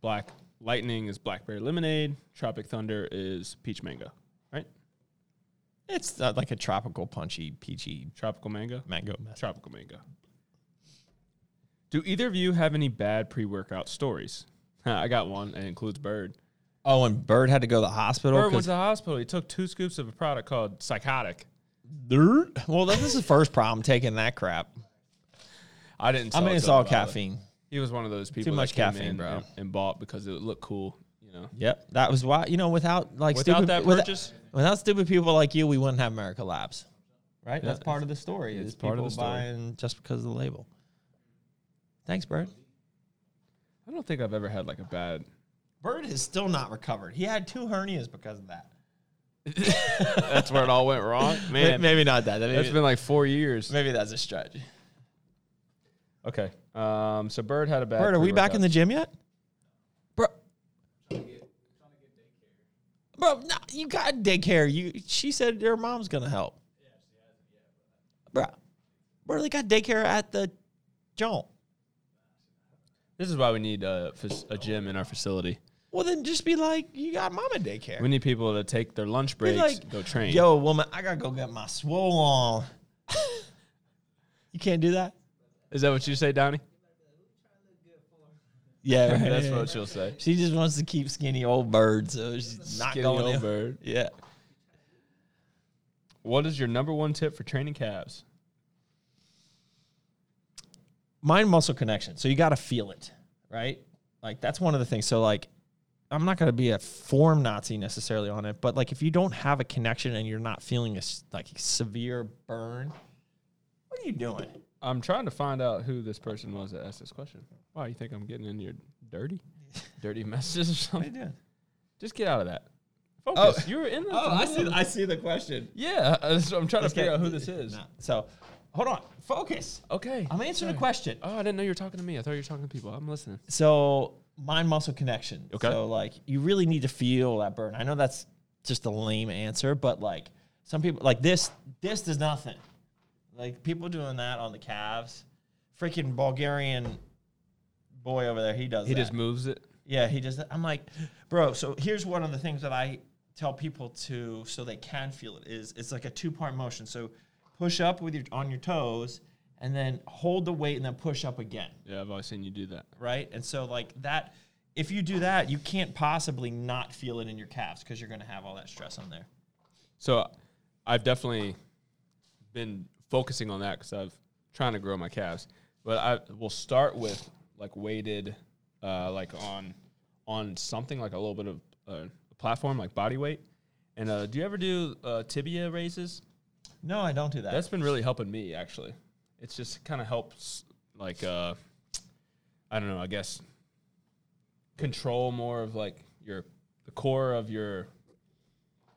Black lightning is blackberry lemonade. Tropic thunder is peach mango. Right?
It's uh, like a tropical, punchy, peachy
Tropical mango.
mango mess.
Tropical mango. Do either of you have any bad pre-workout stories? <laughs> I got one. It includes Bird.
Oh, and Bird had to go to the hospital.
Bird went
'cause-
to the hospital. He took two scoops of a product called Psychotic.
Dirt. Well, this is the first problem taking that crap.
I didn't.
I
sell
mean,
it
it's
to him
all
about it.
caffeine.
He was one of those people
much
that came
caffeine,
in
bro.
And, and bought because it looked cool. You know,
Yep, that was why. You know, without like
Without
stupid,
that
without-
purchase?
without stupid people like you, we wouldn't have America Labs. Right, that's part of the story.
it's
is
part of
people
the story.
buying just because of the label. Thanks, Bird.
I don't think I've ever had like a bad.
Bird is still not recovered. He had two hernias because of that.
That's where it all went wrong, <laughs> man.
maybe not that. Maybe,
That's been like four years.
maybe that's a stretch.
Okay. Um. So Bird had a bad.
Bird, are we back in the
pre-workout.
gym yet? Bro. Bro, no, you got daycare. You, she said your mom's gonna help. Bro, bro, they got daycare at the joint.
This is why we need a, fac- a gym in our facility.
Well, then just be like, you got mom at daycare.
We need people to take their lunch
Be
breaks,
like,
go train.
Yo, woman, I gotta go get my swole on. <laughs> you can't do that.
is that what you say,
<laughs>
Donnie?
Yeah, right,
That's
yeah, yeah.
what she'll say.
She just wants to keep skinny old bird, so she's not
Skinny
going.
old
in.
bird.
Yeah.
What is your number one tip for training calves?
mind muscle connection. So you got to feel it, right? Like that's one of the things. So like, I'm not going to be a form Nazi necessarily on it, but like if you don't have a connection and you're not feeling a s- like severe burn, what are you doing?
I'm trying to find out who this person was that asked this question. Wow, you think I'm getting in your
<laughs>
dirty, dirty messages or
What are <laughs>
something?
you doing?
Just get out of that. Focus. you were in Oh, the.
Oh. I see the question.
Yeah, <laughs> uh, that's what I'm trying to figure out who this is.
So, hold on, focus.
Okay.
I'm answering a question.
Oh, I didn't know you were talking to me. I thought you were talking to people. I'm listening.
So mind muscle connection.
Okay.
So like you really need to feel that burn. I know that's just a lame answer, but like some people like this this does nothing. Like people doing that on the calves. Freaking Bulgarian boy over there, he does
He
that.
just moves it.
Yeah, he does that. I'm like, bro, so here's one of the things that I tell people to so they can feel it is it's like a two part motion. So push up with your on your toes and then hold the weight and then push up again
Yeah, I've always seen you do that.
right? And so like that, if you do that, you can't possibly not feel it in your calves because you're going to have all that stress on there.
So I've definitely been focusing on that because I've trying to grow my calves. But I will start with like weighted, uh, like on on something like a little bit of uh, a platform like body weight. And uh, do you ever do uh, tibia raises?
No, I don't do that.
That's been really helping me actually. It's just kind of helps like uh I don't know, I guess control more of like your the core of your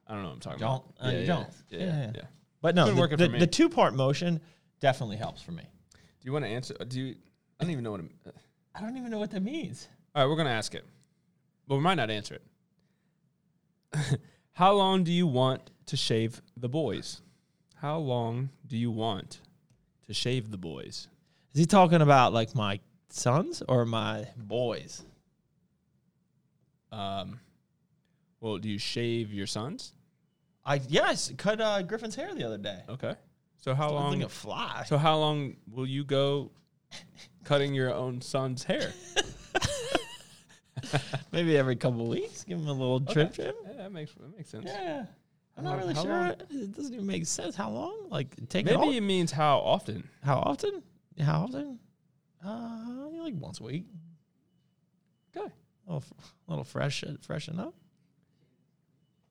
I don't know what I'm talking
Don't.
about.
Uh, you don't.
Yeah,
Yeah, yeah.
yeah.
but no,
been
the,
working for
the,
me.
the two part motion definitely helps for me.
Do you want to answer do you I don't even know what I'm uh,
I don't even know what that means.
All right, we're going to ask it. But we might not answer it. <laughs> How long do you want to shave the boys? How long do you want to shave the boys?
Is he talking about like my sons or my boys?
Um, well, do you shave your sons
I yes, cut uh, Griffin's hair the other day.
Okay. So how
I'm
long?
thinking fly.
So how long will you go cutting your own son's hair?
<laughs> Maybe every couple weeks, give him a little trim trim.
Yeah, Eh, that makes that makes sense.
Yeah. I'm
How-
not really
how
sure.
long?
It doesn't even make sense. How long? Like take it
Maybe
all-
it means how often.
how often? How often? Uh, like once a week.
Okay.
A little, f- little fresh, freshen up.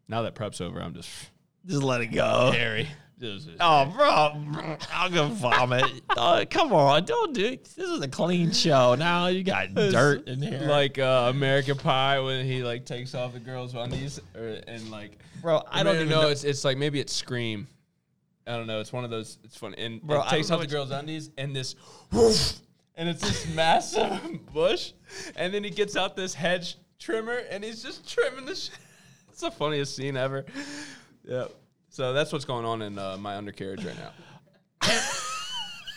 Now that prep's over, I'm just <laughs>
Just let it <laughs> go.
hairy. Just-
Oh, bro, I'm gonna vomit. <laughs> oh, come on, don't do. This is a clean show. Now you <laughs> got dirt in here,
Like uh, American Pie when he like takes off the girl's undies, or, and like
bro. I don't
no, no,
even
no,
know.
It's it's like maybe it's Scream. I don't know. It's one of those. It's fun. And
Bro,
it
I
takes
don't
off
know
the
what-
girl's undies and this, woof, and it's <laughs> this massive bush, and then he gets out this hedge trimmer and he's just trimming the. Sh- <laughs> it's the funniest scene ever. Yeah. So that's what's going on in uh, my undercarriage right now.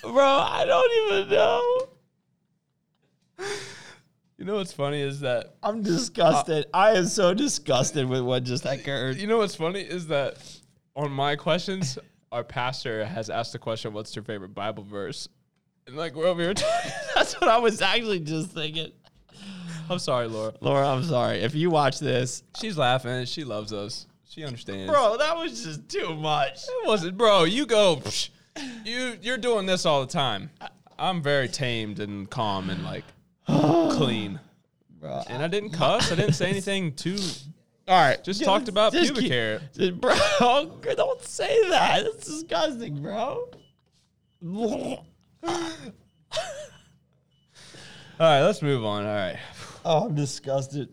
bro, I don't even know.
<laughs> You know what's funny is that
I'm disgusted. I am so disgusted with what just occurred.
you know what's funny is that on my <laughs> questions, our pastor has asked the question, "What's your favorite Bible verse?" And like we're over here.
<laughs>
<laughs>
That's what I was actually just thinking.
I'm sorry, Laura.
Laura, I'm sorry if you watch this,
She's laughing. She loves us. She understands.
bro. That was just too much.
it wasn't, bro. You go. psh, you you're doing this all the time. I'm very tamed and calm and
<sighs>
like clean.
Bro,
And I didn't cuss. I didn't say anything too.
All right.
Just talked about pubic
keep-
hair.
Just- bro, <laughs> don't say that. That's disgusting, bro. Oh,
All right, let's move on. All right.
Oh, I'm disgusted.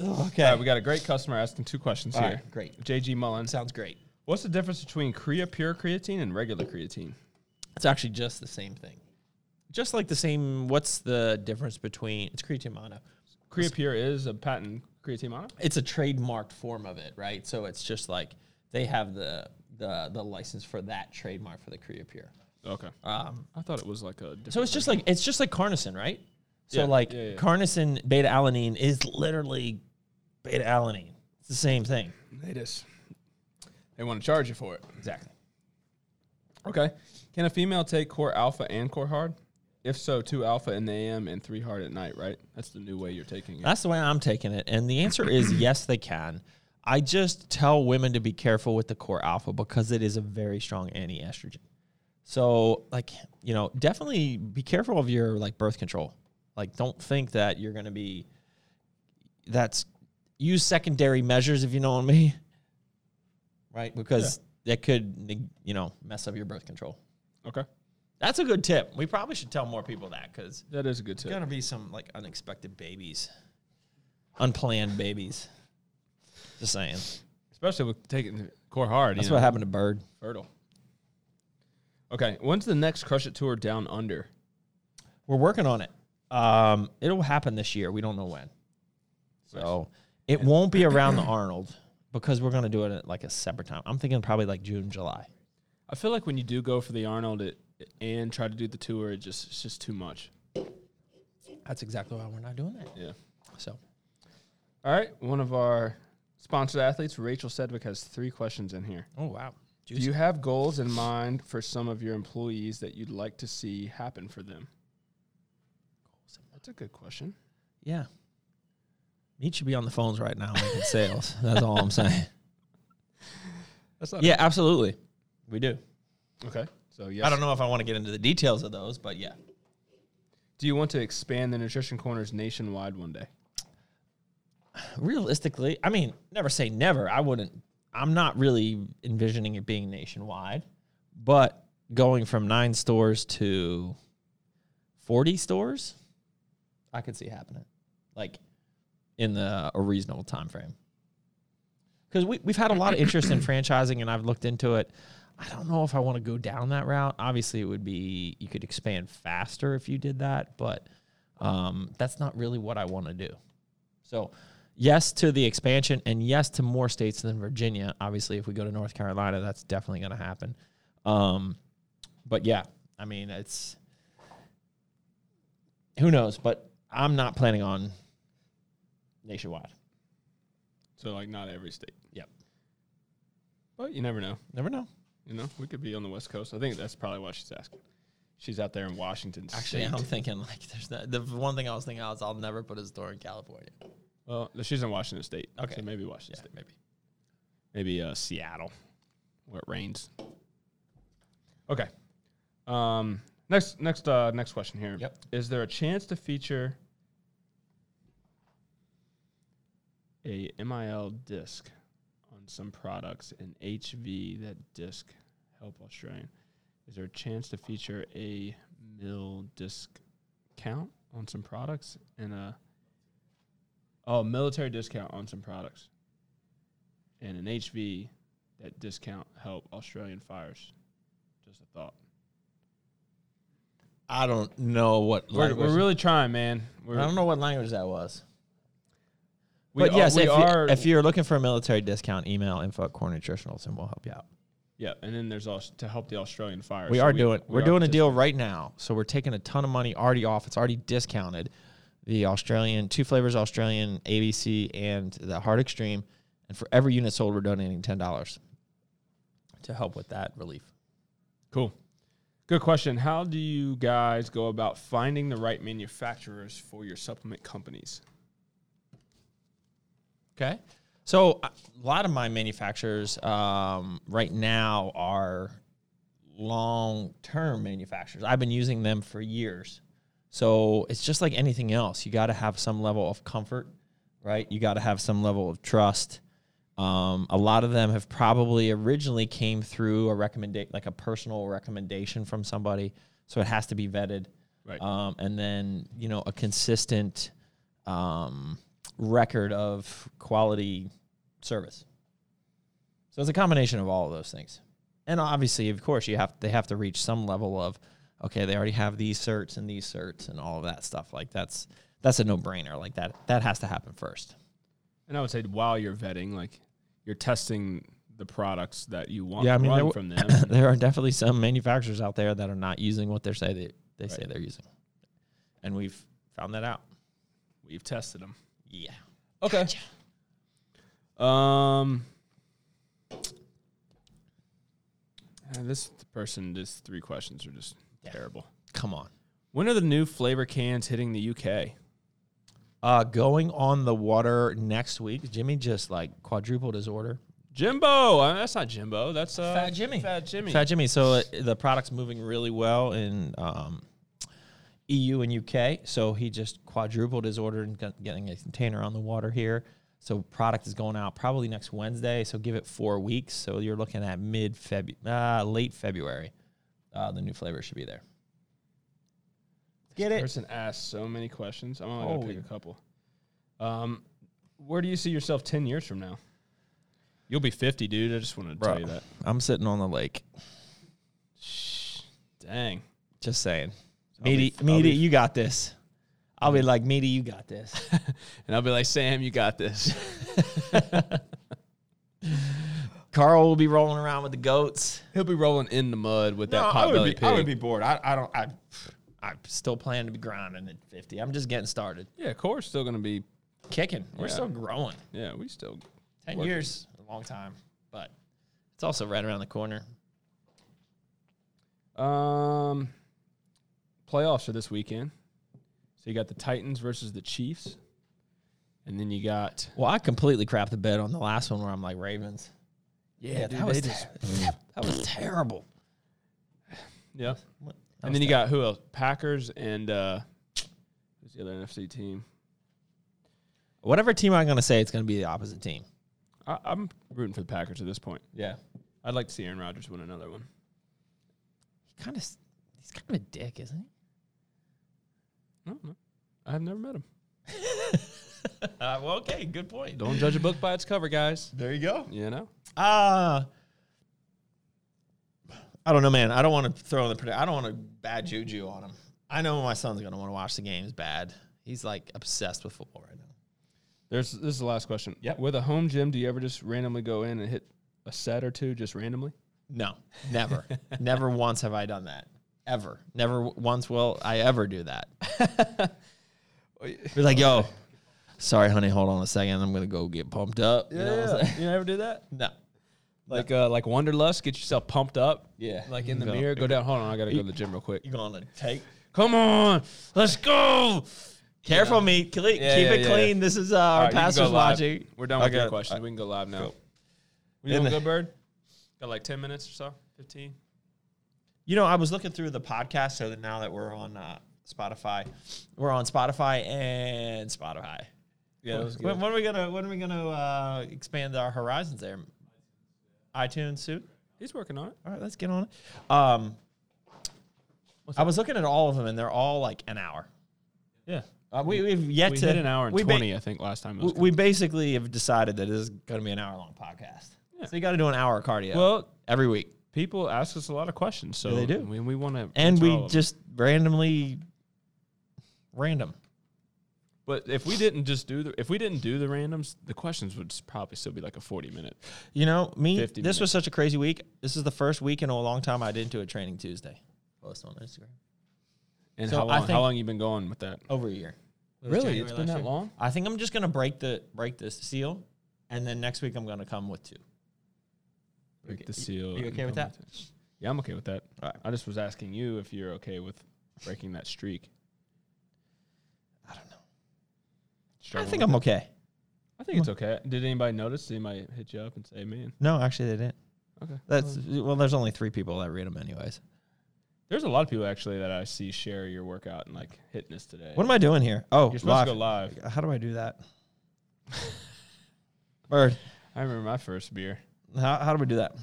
Okay.
All right, we got a great customer asking two questions
All
here.
right, great.
JG Mullen.
Sounds great.
What's the difference between Crea pure creatine and regular creatine?
It's actually just the same thing. Just like the same. What's the difference between it's creatine mono?
Crea pure is a patent creatine mono.
It's a trademarked form of it, right? So it's just like they have the the the license for that trademark for the Korea Pure.
Okay.
Um,
I thought it was like a. Different
So it's just like it's just like carnosine, right? So
Yeah,
like
yeah, yeah.
carnosine beta alanine is literally beta alanine. It's the same thing.
They just they want to charge you for it.
Exactly.
Okay. Can a female take core alpha and core hard? If so, two alpha in the AM and three hard at night, right? That's the new way you're taking it.
That's the way I'm taking it. And the answer is yes, they can. I just tell women to be careful with the core alpha because it is a very strong anti-estrogen. So, like, you know, definitely be careful of your like birth control. Like, don't think that you're going to be that's use secondary measures if you know what I mean. Right? Because that could, neg- you know, mess up your birth control.
Okay.
That's a good tip. We probably should tell more people that because
That is a good tip.
gonna be some like unexpected babies, unplanned babies. Just saying.
Especially with taking core hard.
That's
you know,
what happened to Bird.
Fertile. Okay. When's the next Crush It Tour down under?
We're working on it. Um, it'll happen this year. We don't know when. So it won't <clears throat> be around the Arnold because we're gonna do it at like a separate time. I'm thinking probably like June, July.
I feel like when you do go for the Arnold it, and try to do the tour, it just it's just too much.
That's exactly why we're not doing that.
Yeah.
So
All right. One of our sponsored athletes, Rachel Sedgwick, has three questions in here.
oh wow.
Do you have goals in mind for some of your employees that you'd like to see happen for them? That's a good question.
Yeah. Meat should be on the phones right now making sales. That's all I'm <laughs> saying.
That's not
Yeah, absolutely. We do.
okay. So yes.
I don't know if I want to get into the details of those, but yeah.
Do you want to expand the nutrition corners nationwide one day?
realistically, I mean, never say never. I wouldn't. I'm not really envisioning it being nationwide, but going from nine stores to 40 stores, I could see happening, like in the, a reasonable time frame. Because we, we've had a lot of interest in franchising, and I've looked into it. I don't know if I want to go down that route. Obviously, it would be you could expand faster if you did that, but um, that's not really what I want to do. So, yes to the expansion and yes to more states than Virginia. Obviously, if we go to North Carolina, that's definitely going to happen. Um, but yeah, I mean, it's who knows, but I'm not planning on nationwide.
So like not every state.
Yep.
But you never know.
Never know.
You know, we could be on the West Coast. I think that's probably why she's asking. She's out there in Washington.
Actually,
State.
I'm thinking like there's not, the one thing I was thinking was I'll never put a store in California.
well, she's in Washington State.
Okay.
so maybe Washington State.
maybe.
maybe uh, Seattle, where it rains. Okay. Um, next, next, uh, next question here.
Yep.
Is there a chance to feature a MIL disc on some products and HV that disc help Australian? Is there a chance to feature a mill discount on some products and a oh military discount on some products? and an HV that discount help Australian fires. Just a thought.
I don't know what
We're, we're really trying, man. We're,
I don't know what language that was.
We
but
are,
yes,
we
if,
are.
You, if you're looking for a military discount, email info at core nutritionals and we'll help you out.
yeah, and then there's also to help the Australian fires.
We
So
are doing
we
we're
are
doing a
just-
deal right now. So we're taking a ton of money already off. It's already discounted. The Australian two flavors Australian ABC and the Hard Extreme. And for every unit sold, we're donating ten dollars to help with that relief.
Cool. Good question. How do you guys go about finding the right manufacturers for your supplement companies?
Okay. So uh, a lot of my manufacturers um, right now are long term manufacturers. I've been using them for years. So it's just like anything else. You got to have some level of comfort, right? You got to have some level of trust. Um, a lot of them have probably originally came through a recommendation, like a personal recommendation from somebody. So it has to be vetted.
Right.
Um, and then, you know, a consistent um, record of quality service. So it's a combination of all of those things. And obviously, of course, you have they have to reach some level of okay, they already have these certs and these certs and all of that stuff. Like that's that's a no-brainer. Like that that has to happen first.
And I would say while you're vetting, like you're testing the products that you want
Yeah, I
to
mean,
run
there w-
from them.
<laughs> <coughs> there are definitely some manufacturers out there that are not using what they say they, they say they're using. And we've found that out.
We've tested them.
Yeah.
Okay. Um. <sighs> uh, This person, these three questions are just terrible.
Come on.
When are the new flavor cans hitting the UK?
Uh, going on the water next week. Jimmy just like quadrupled his order.
Jimbo. Uh, that's not Jimbo. That's uh,
Fat Jimmy.
Fat Jimmy.
Fat Jimmy. So uh, the product's moving really well in um, EU and UK. So he just quadrupled his order and got- getting a container on the water here. So product is going out probably next Wednesday. So give it four weeks. So you're looking at mid February, uh, late February. Uh, the new flavor should be there. Get
This person asked so many questions. I'm only gonna
Holy.
pick a couple. Um, where do you see yourself ten years from now? You'll be 50, dude. I just want to tell you that.
I'm sitting on the lake.
Dang.
Just saying.
be-
Meaty,
I'll
meaty,
be-
you got this. I'll be like, meaty, you got this.
<laughs> And I'll be like, Sam, you got this. <laughs>
Carl will be rolling around with the goats.
He'll be rolling in the mud with that
I would,
potbelly
be,
pig.
I would be bored. I, I don't. I, I still plan to be grinding at fifty. I'm just getting started,
Yeah, of course, still gonna be.
kicking. We're
Yeah.
still growing.
Yeah, we still.
Ten
Working.
years, a long time, but it's also right around the corner.
Um, playoffs are this weekend. So you got the Titans versus the Chiefs, and then you got
Well, I completely crapped the bed on the last one where I'm like Ravens. Yeah,
dude,
that was
they just-
ter- <laughs> that was terrible.
yeah,
What- that
and
was
then you
terrible.
got who else? Packers and uh, who's the other NFC team?
whatever team I'm going to say, it's going to be the opposite team.
I, I'm rooting for the Packers at this point.
Yeah,
I'd like to see Aaron Rodgers win another one.
he kind of he's kind of a dick, isn't he?
I don't know. I've never met him.
Uh, well, okay, good point.
Don't judge a book by its cover, guys.
There you go.
You know.
Uh I don't know, man. I don't want to throw in the predict- I don't want to bad juju on him. I know my son's gonna want to watch the games bad. He's like obsessed with football right now.
There's this is the last question. Yeah. With a home gym, do you ever just randomly go in and hit a set or two just randomly?
No, <laughs> never, never once have I done that. Ever, never w- once will I ever do that. <laughs> Be like, yo, sorry, honey, hold on a second. I'm gonna go get pumped up. You know what I'm saying? <laughs>
You never do that?
No,
Like uh, like Wonderlust, get yourself pumped up.
Yeah.
Like in the
Go.
mirror, go down. Hold on, I gotta go to the gym real quick.
You gonna take?
Come on, let's go.
Careful, me. Cle- keep
Yeah,
it
yeah, yeah.
clean. This is uh, our
All right, you can
pastor's
go live.
logic. Uh,
We're done with
Okay.
your questions. We can go live now. We
In
doing
the-
good, bird? Got like ten minutes or so, fifteen.
You know, I was looking through the podcast, so that now that we're on uh, Spotify, we're on Spotify and Spotify.
Yeah, that was
When, when are we gonna When are we gonna uh, expand our horizons there? iTunes soon.
He's working on it.
All right, let's get on it. Um, I was looking at all of them, and they're all like an hour.
Yeah,
Uh, we, we've yet
we
to
hit an hour and
we ba-
twenty, I think, last time. It
we,
was
we basically have decided that this is going to be an hour long podcast. So you got to do an hour of cardio
well,
every week,
people ask us a lot of questions, so
they do.
We, we want to,
and we just randomly random.
But if we didn't just do the, if we didn't do the randoms, the questions would s- probably still be like a forty minute.
You know, me.
50
This was such a crazy week. This is the first week in a long time I didn't do a training Tuesday. Post on Instagram
And
So
how
I
long?
think-
How long you been going with that?
over a year.
Really, it's been that long.
I think I'm just gonna break the break this seal, and then next week I'm gonna come with two.
Break the seal.
you
and
okay with
come
that?
it. Yeah, I'm okay with that.
Alright.
I just was asking you if you're okay with breaking that streak.
I don't know. I
Struggling
think
with
I'm
it?
okay.
I think it's okay. Did anybody notice? Did anybody hit you up and say, "Man,
No, actually they didn't.
Okay.
That's well. There's only three people that read them, anyways.
there's a lot of people actually that I see share your workout and like hitting us today."
What am I doing here? Oh,
You're supposed to go live.
How do I do that? <laughs> Bird,
I remember my first beer.
how, how do we do that?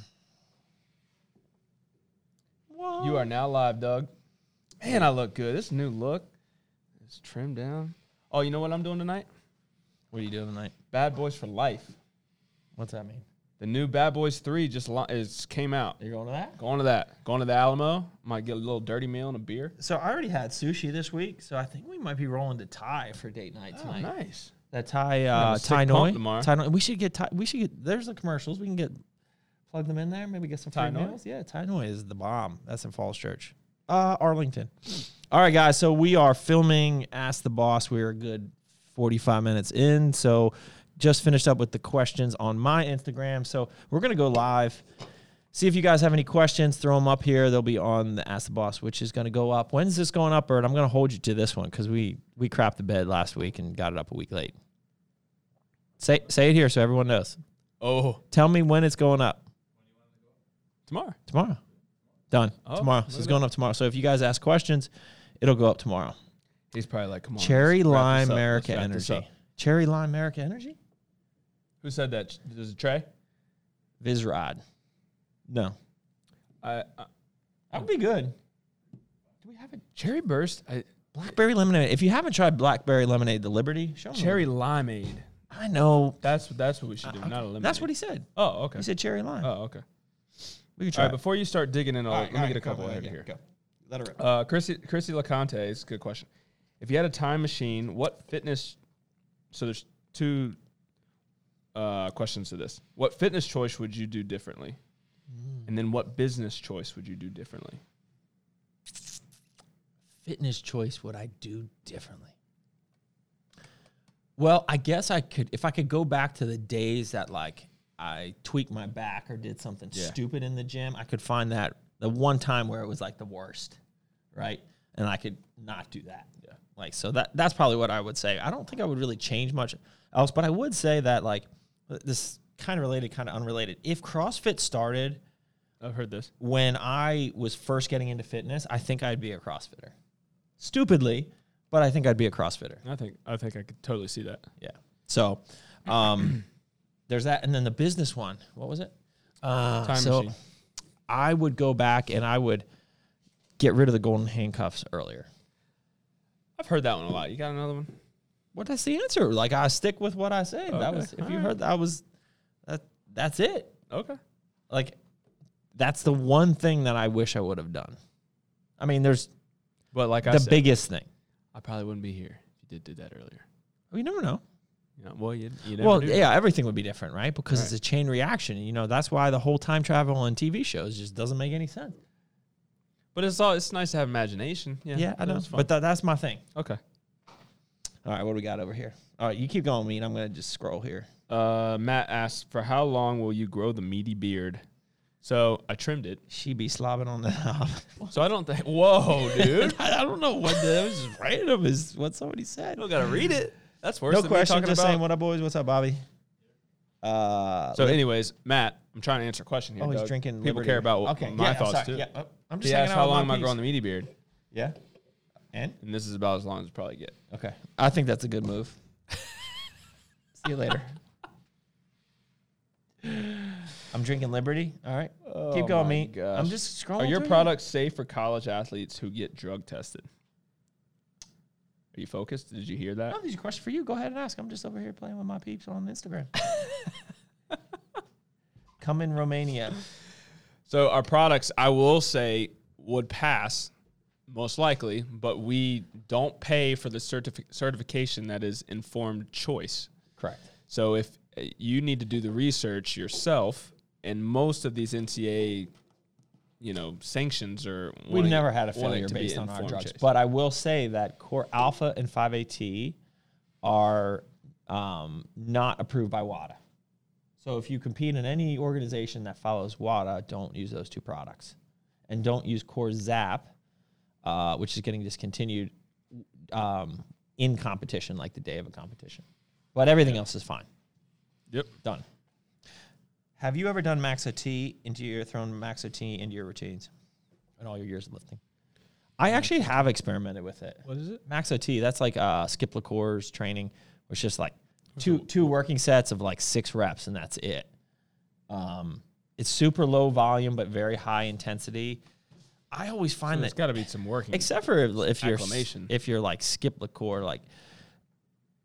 Oh.
You are now live, Doug. Man, I look good. This new look is trimmed down. Oh, you know what I'm doing tonight?
What are you doing tonight?
Bad Boys for Life.
What's that mean?
The new Bad Boys 3 just lo- is, came out.
You're going to that?
Going to that. Going to the Alamo. Might get a little dirty meal and a beer.
So I already had sushi this week, so I think we might be rolling to Thai for date night tonight.
Oh, nice.
That Thai
have
uh,
a sick
Thai
pump
Noi.
tomorrow.
Thai Noi. We should get Thai. We should get. There's the commercials. We can get plug them in there. Maybe get some
Thai
free
Noi?
meals. Yeah, Thai Noi is the bomb. That's in Falls Church, uh, Arlington. All right, guys. So we are filming Ask the Boss. We are a good 45 minutes in. So just finished up with the questions on my Instagram. So we're gonna go live. See if you guys have any questions. Throw them up here. They'll be on the Ask the Boss, which is going to go up. When's this going up, Bird? I'm going to hold you to this one because we we crapped the bed last week and got it up a week late. Say say it here so everyone knows.
Oh,
Tell me when it's going up
tomorrow.
tomorrow. Done tomorrow.
look
So it's
at
going up tomorrow. So if you guys ask questions, it'll go up tomorrow.
He's probably like, come on.
Cherry
let's wrap
lime
this up. Let's
America
wrap this
energy.
up.
Cherry lime America energy.
Who said that? Is it Trey?
Vizrod. No,
I, I,
that would be good.
do we have a cherry burst? I,
Blackberry lemonade. If you haven't tried blackberry lemonade, the Liberty. Show 'em the-
cherry limeade.
I know.
Hmm. That's, that's what we should do, not a lemonade.
That's what he said.
Oh, okay.
He said cherry lime.
Oh, okay.
we could
All
try.
right, before you start digging in, I'll, let me get a couple
in
ahead here.
Let her rip.
Uh, Chrissy, Chrissy LaConte is a good question. If you had a time machine, what fitness? So there's two uh, questions to this. What fitness choice would you do differently? And then what business choice would you do differently?
fitness choice would I do differently? Well, I guess I could if I could go back to the days that like I tweaked my back or did something stupid in the gym, I could find that the one time where it was like the worst, right? And I could not do that. Yeah. Like so that that's probably what I would say. I don't think I would really change much else, but I would say that like th- this kind of related, kind of unrelated. If CrossFit started
I've heard this.
when I was first getting into fitness, I think I'd be a CrossFitter. Stupidly, but I think I'd be a CrossFitter.
I think I think I could totally see that.
Yeah. So, um, <coughs> there's that, and then the business one. What was it? Uh,
Time
so
machine.
I would go back and I would get rid of the golden handcuffs earlier.
I've heard that one a lot. You got another one?
Well, that's the answer. Like I stick with what I said. That
Okay.
was if
All
you
right.
heard that was that. That's it.
Okay.
Like that's the one thing that I wish I would have done. I mean, there's
But like I
the
said,
biggest thing. Oh,
I probably wouldn't be here if you did do that earlier.
You never know.
Yeah, well, you, you never
Well,
do.
yeah, everything would be different, right? Because it's a chain reaction. You know, that's why the whole time travel on TV shows just doesn't make any sense.
But it's all it's nice to have imagination. Yeah,
Yeah, I know.
that's fun.
But tha- that's my thing.
okay.
All right, what do we got over here? All right, you keep going, me, and I'm going to just scroll here.
Uh, Matt asks, for how long will you grow the meaty beard? So I trimmed it.
She be slobbing on the knob. <laughs>
So I don't think. <laughs> Whoa, dude!
I don't know what that was just random is what somebody said.
you gotta read it. That's worse.
No
than
question,
Me talking
just
about.
saying what up, boys. What's up, Bobby? Uh,
So, anyways, Matt, I'm trying to answer a question here.
oh, he's
Doug.
drinking.
People
Liberty.
care about what
okay.
my
yeah, I'm
thoughts
sorry.
too.
Yeah, uh, I'm just
He
hanging
asked
out
how
with my
long am I
peeps.
growing the meaty beard,
Yeah. And
and this is about as long as it probably get.
okay, I think that's a good move. See you later. I'm drinking Liberty. All right, keep going,
Oh my
me.
gosh.
I'm just scrolling.
Are your
through.
products safe for college athletes who get drug tested? Are you focused? Did you hear that?
No, these are questions for you. Go ahead and ask. I'm just over here playing with my peeps on
<laughs>
Instagram. Come in Romania.
So our products, I will say, would pass most likely, but we don't pay for the certifi- certification that is informed choice.
Correct.
So if uh, you need to do the research yourself, and most of these NCA, you know, sanctions are
We've
wanting-
never had a
wanting
failure
to be
based on our
informed
drugs.
choice.
But I will say that Core Alpha and 5AT are um, not approved by WADA. So if you compete in any organization that follows WADA, don't use those two products. And don't use Core Zap, uh, which is getting discontinued um, in competition, like the day of a competition. But everything else is fine.
yep.
Done. Have you ever done Max OT into your thrown Max OT into your routines in all your years of lifting? I actually have experimented with it. What is it? Max OT. That's like uh, skip liqueurs training, which just like two two working sets of like six reps, and that's it. Um, it's super low volume but very high intensity. I always find
There's
that
got to be some working.
except for if, if you're
Acclimation.
if you're like skip liqueur like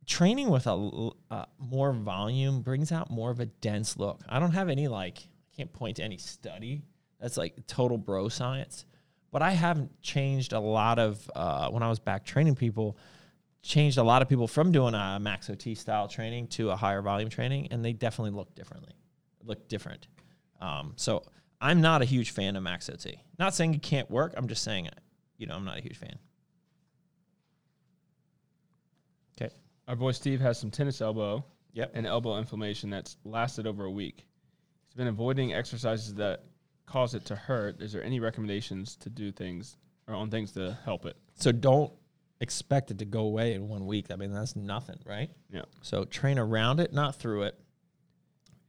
training with a l- uh, more volume brings out more of a dense look i don't have any like i can't point to any study that's like total bro science but i haven't changed a lot of uh, when i was back training people changed a lot of people from doing a max ot style training to a higher volume training and they definitely look differently look different um, so i'm not a huge fan of max ot not saying it can't work i'm just saying you know i'm not a huge fan okay
our boy Steve has some tennis elbow
Yep.
and elbow inflammation that's lasted over a week. He's been avoiding exercises that cause it to hurt. Is there any recommendations to do things or on things to help it?
So don't expect it to go away in one week. I mean, that's nothing, right?
Yeah.
So train around it, not through it.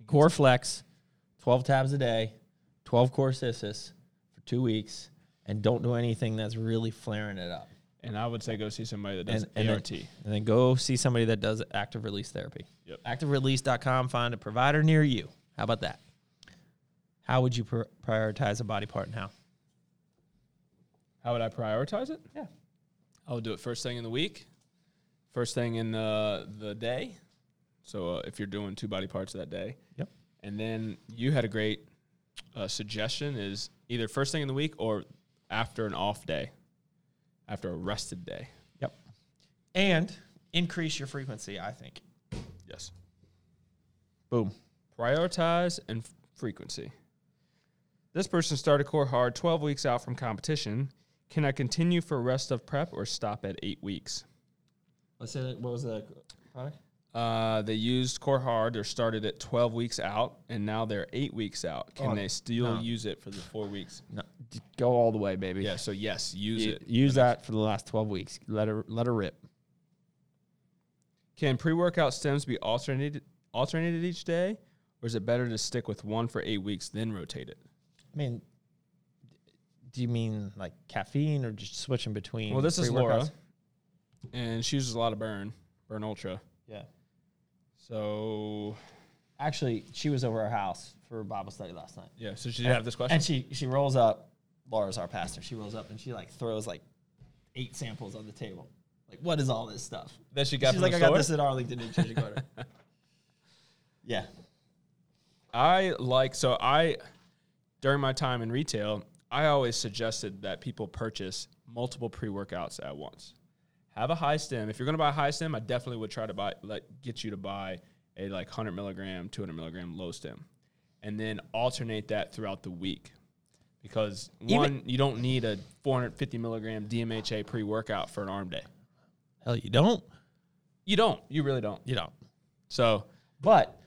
Core flex, 12 tabs a day, 12 core sissus for two weeks, and don't do anything that's really flaring it up.
And I would say go see somebody that does
And, and, then,
ART.
and then go see somebody that does active release therapy.
Yep.
ActiveRelease.com, find a provider near you. How about that? How would you pr- prioritize a body part and how?
How would I prioritize it?
Yeah.
I would do it first thing in the week, first thing in the the day. So uh, if you're doing two body parts that day,
Yep.
And then you had a great uh, suggestion: is either first thing in the week or after an off day, after a rested day.
Yep. And increase your frequency, I think.
Yes.
Boom.
Prioritize and f- frequency. This person started core hard 12 weeks out from competition. Can I continue for rest of prep or stop at eight weeks?
Let's say that, what was the product?
Uh, they used core hard. They're started at 12 weeks out, and now they're eight weeks out. Can they still use it for the four weeks?
Oh, No, d- go all the way, baby.
Yeah. So yes, use
Y-
it.
Use that for the last twelve weeks. Let her let her rip.
Can pre-workout stems be alternated alternated each day, or is it better to stick with one for eight weeks then rotate it?
I mean, do you mean like caffeine or just switching between?
Well, this is
pre-workouts?
Laura, and she uses a lot of burn, burn ultra.
Yeah,
So
actually, she was over our house for Bible study last night,
yeah. So she did have this question.
and she she rolls up. Laura's our pastor. She rolls up and she like throws like eight samples on the table. Like, what is all this stuff?
That she got from
She's like,
the
I got
store?
this at Arlington. New Jersey. Go to <laughs> her." yeah,
I like so I during my time in retail, I always suggested that people purchase multiple pre-workouts at once. Have a high stem. If you're going to buy a high stem, I definitely would try to buy like get you to buy a like 100 milligram, 200 milligram low stem, and then alternate that throughout the week. Because one, you don't need a 450 milligram DMHA pre-workout for an arm day.
hell, you don't.
You don't. You really don't.
You don't.
So
But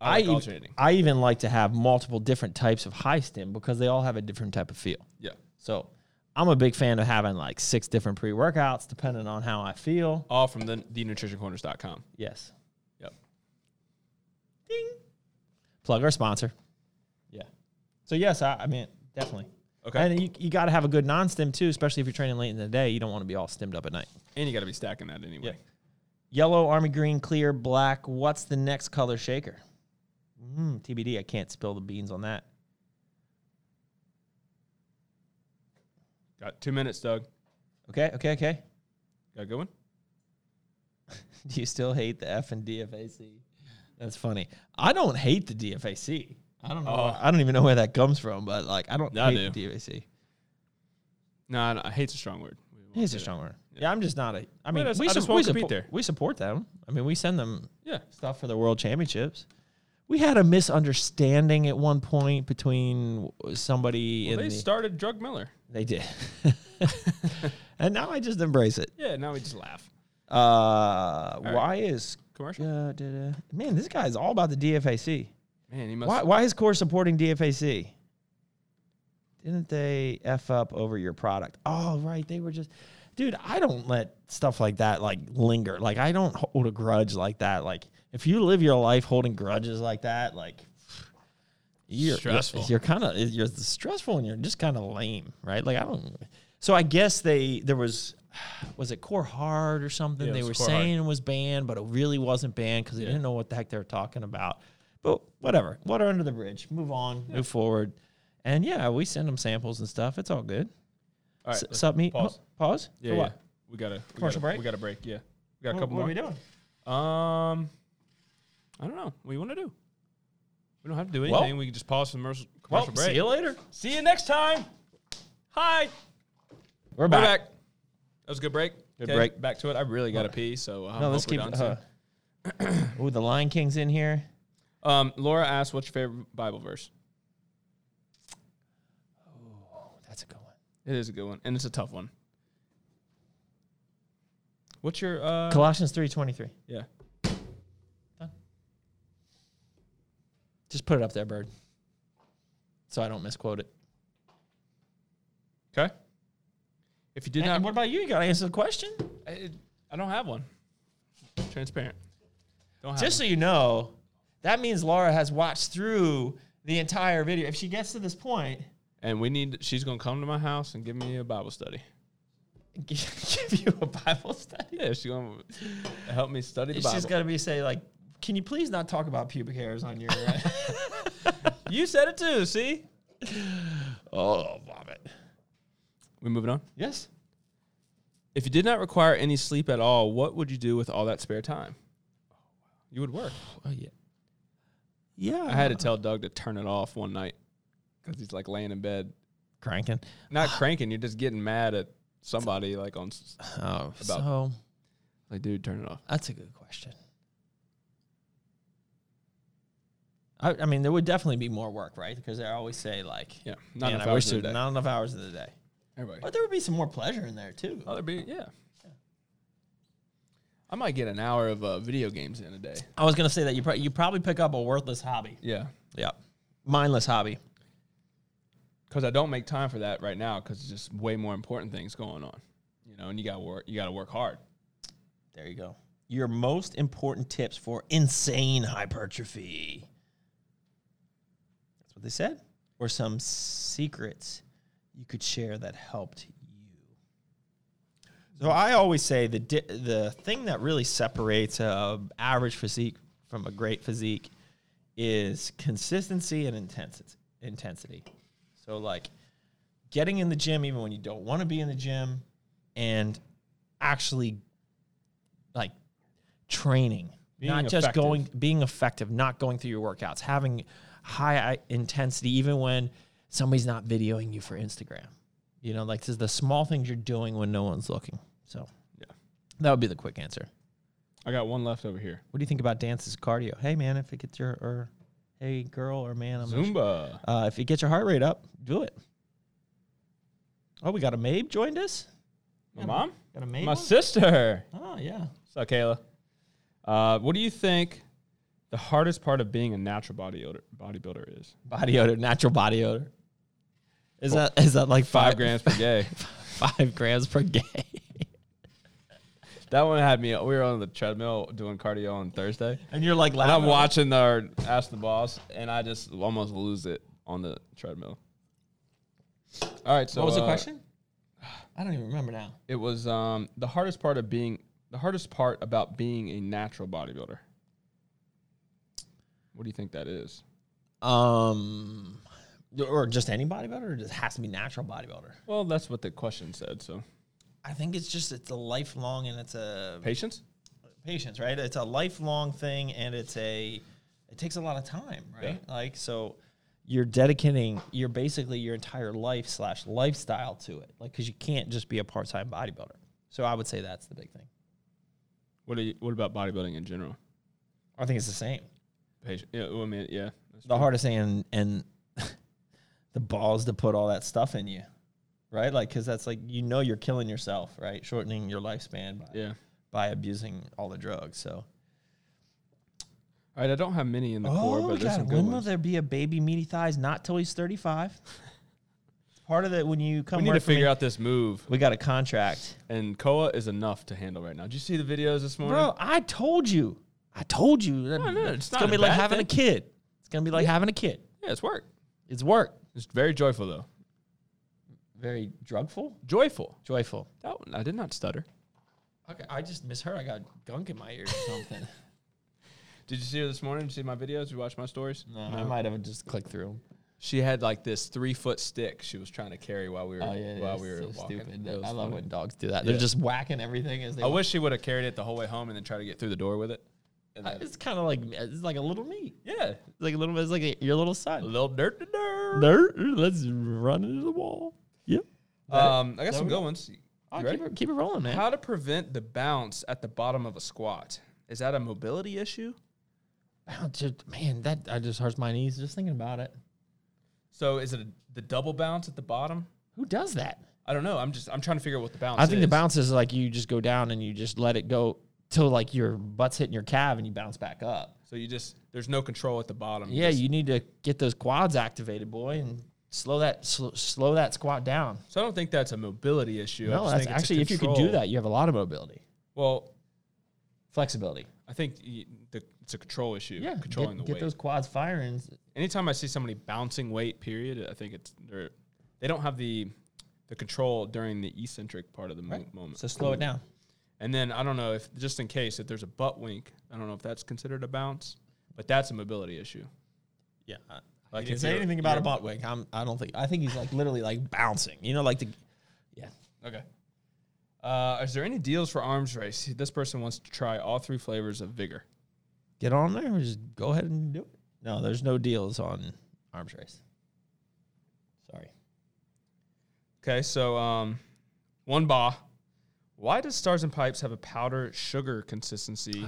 I, like
ev-
alternating.
I even like to have multiple different types of high stem because they all have a different type of feel.
Yeah.
So I'm a big fan of having like six different pre workouts depending on how I feel.
All from the thenutritioncorners.com.
Yes.
Yep.
Ding. Plug our sponsor. Yeah. So yes, I, I mean definitely.
Okay.
And you, you got to have a good non-stim too, especially if you're training late in the day. You don't want to be all stimmed up at night.
And you got to be stacking that anyway.
Yellow, army green, clear, black. What's the next color shaker? Mm, TBD. I can't spill the beans on that.
Got two minutes, Doug.
Okay. Okay. Okay.
Got a good one?
<laughs> Do you still hate the F and DFAC? That's funny. I don't hate the DFAC. I don't know. Oh, I don't even know where that comes from, but like I don't
I
hate
do.
the DFAC.
No, I, don't- I hate's a strong word. We won't
He's
say
a
that.
strong word. Yeah, I'm just not a. I mean,
that's-
we,
I
su-
just
we,
won't compete
support,
there.
we support them. I mean, we send them
Yeah.
stuff for the world championships. We had a misunderstanding at one point between somebody in
They
the.
started Drug Miller.
they <laughs> did. and now I just embrace it.
Yeah, now we just laugh.
Uh, Why is
Commercial?
uh, da-da- man? This guy's all about the DFAC.
Man, he must.
Why, why is Core supporting DFAC? Didn't they f up over your product? Oh, right. They were just, dude. I don't let stuff like that like linger. Like I don't hold a grudge like that. Like if you live your life holding grudges like that, like you're
Stressful.
You're, kind of you're stressful and you're just kind of lame, right? Like I don't. So I guess they there was. Was it Core Hard or something?
Yeah, it
they
was
were
Core Hard.
saying and was banned, but it really wasn't banned because they didn't know what the heck they were talking about. But whatever, water under the bridge. Move on, move forward, and yeah, we send them samples and stuff. It's all good.
All
S-
right.
Sup, meet
pause.
pause. For
yeah, yeah.
what?
We got a we gotta-
Commercial break?
We got a break. Yeah. We got a
What,
couple more.
what are we doing?
Um, I don't know. What do you want to do? We don't have to do
Well-
anything. we can just pause for commercial,
Well,
commercial break.
see you later.
See you next time. Hi.
We're
We're
back.
back. That was a good break.
Good
'Kay,
break.
Back to it. I really got to pee, so I
No,
hope
let's
we're
keep.
done
Uh, oh, the Lion King's in here.
soon. Um, Laura asked, "What's your favorite Bible verse?"
That's a good one.
It is a good one, and it's a tough one. What's your uh?
Colossians three twenty three.
yeah.
Just put it up there, bird, so I don't misquote it.
Okay. If you did
And,
not,
and what about you? You got to answer the question.
I, I don't have one. Transparent. Don't have
Just so you know, that means Laura has watched through the entire video. If she gets to this point, <laughs>
one. And we need. She's gonna come to my house and give me a Bible study.
gi- give you a Bible study.
Yeah, she's gonna help me study the Bible.
She's gonna be say like, "Can you please not talk about pubic hairs <laughs> on your?"
you said it too. See,
oh, vomit.
we moving on.
Yes.
If you did not require any sleep at all, what would you do with all that spare time? You would work.
Oh yeah. Yeah.
I had to tell Doug to turn it off one night because he's like laying in bed,
cranking. <sighs>
not cranking. You're just getting mad at somebody. Like on, s-
Oh, so
like, dude, turn it off.
that's a good question. I, I mean, there would definitely be more work, right? Because they always say like,
Yeah, not
"Man,
enough
I wish
hours in a
there-
day."
Not enough hours in the day.
Everybody.
But there would be some more pleasure in there too.
Oh, there'd be yeah. I might get an hour of uh, video games in a day.
I was gonna say that you pro- you probably pick up a worthless hobby.
Yeah,
Yeah, mindless hobby.
because I don't make time for that right now because it's just way more important things going on. You know, and you got to work. You got to work hard.
There you go. Your most important tips for insane hypertrophy. That's what they said. Or some secrets you could share that helped you. So I always say the di- the thing that really separates a average physique from a great physique is consistency and intensity. Intensity. So like getting in the gym even when you don't want to be in the gym and actually like training,
Being
not just
effective.
going being effective, not going through your workouts, having high uh, intensity even when somebody's not videoing you for Instagram. You know, like this is the small things you're doing when no one's looking. So
Yeah.
that would be the quick answer.
I got one left over here.
What do you think about dance as cardio? Hey man, if it gets your or hey girl or man, I'm not
Zumba.
sure. uh, if it gets your heart rate up, do it. Oh, we got a Mabe joined us.
My mom?
Got a Mabe.
My sister.
oh yeah.
So Kayla. Uh, what do you think the hardest part of being a natural body odor, bodybuilder is
Body odor, natural body odor. Is that is that like
five grams per <laughs> day.
<laughs> Five grams per day.
That one had me. We were on the treadmill doing cardio on Thursday,
And you're
<laughs>
like,
and
laughing.
I'm watching our Ask the Boss, and I just almost lose it on the treadmill. All right. So
What was the
uh,
question? I don't even remember now.
It was um, the hardest part of being the hardest part about being a natural bodybuilder. What do you think that is?
Um, or just any bodybuilder, or just has to be natural bodybuilder.
Well, that's what the question said. So
I think it's just it's a lifelong and it's a
patience.
patience, right? It's a lifelong thing, and it's a it takes a lot of time, right? Like so, you're dedicating you're basically your entire life slash lifestyle to it, like because you can't just be a part time bodybuilder. So I would say that's the big thing.
What are you, What about bodybuilding in general?
I think it's the same.
Patience. Yeah. well, I mean, yeah. that's
The
true.
hardest thing and and <laughs> the balls to put all that stuff in you, right? Like because that's like you know you're killing yourself, right? Shortening your lifespan by
Yeah.
by abusing all the drugs. So
All right. I don't have many in the core, but there's some good
Oh, when will
ones.
there be a baby meaty thighs? Not till he's thirty five. It's part of that when you come.
We need
work
to
for me-
figure out this move.
We got a contract,
and Koa is enough to handle right now. Did you see the videos this morning?
bro. I told you. I told you. That,
no, it's
it's
not
gonna
a
be like
bad
having a
thing.
kid. It's gonna be like having a kid.
Yeah, it's work.
It's work.
It's very joyful though.
Very drugful,
Joyful.
joyful.
That one, I did not stutter.
Okay, I just miss her. I got gunk in my ear or something.
Did you see her this morning? Did you see my videos? Did you watch my stories?
no, <laughs> I might have just clicked through.
She had like this three foot stick she was trying to carry while we were
Oh yeah,
while
yeah,
we were
so
walking.
stupid.
It
I
was
love
funny.
when dogs do that. They're just whacking everything as they.
I wish she would have carried it the whole way home and then tried to get through the door with it. And then-
<laughs> It's kind of like it's like a little me.
yeah,
like a little bit. It's like your little son.
a little dirt to dirt.
There, let's run into the wall. Yep.
Um, I got some good ones. You ready?
keep, it, keep it rolling, man.
How to prevent the bounce at the bottom of a squat? Is that a mobility issue?
Wow, Oh, dude, man, that I just hurts my knees just thinking about it.
So is it a, the double bounce at the bottom?
Who does that?
I don't know. I'm just I'm trying to figure out what the bounce.
I think the
is.
bounce is like you just go down and you just let it go till like your butt's hitting your calf and you bounce back up.
So you just there's no control at the bottom.
Yeah,
just-
you need to get those quads activated, boy, and slow that slow, slow that squat down.
so I don't think that's a mobility issue. I
No,
just
that's
think it's a
actually if you can do
control.
that, you have a lot of mobility,
Well,
flexibility.
I think y- the, it's a control issue.
Yeah,
controlling
get,
the
get
weight.
those quads firing.
Anytime I see somebody bouncing weight, period, I think it's they're they don't have the the control during the eccentric part of the mo- moment.
So slow it down.
And then I don't know if just in case if there's a butt wink, I don't know if that's considered a bounce, but that's a mobility issue.
Yeah. I,
Like
he didn't
if
say
you're-
anything about a
you're-
butt wig. I'm, I don't think. I think he's like literally like bouncing. You know, like the. Yeah.
Okay. Uh, is there any deals for arms race? This person wants to try all three flavors of vigor.
Get on there. and Just go ahead and do it. No, there's no deals on arms race. Sorry.
Okay, so um, one bah. Why does Stars and Pipes have a powder sugar consistency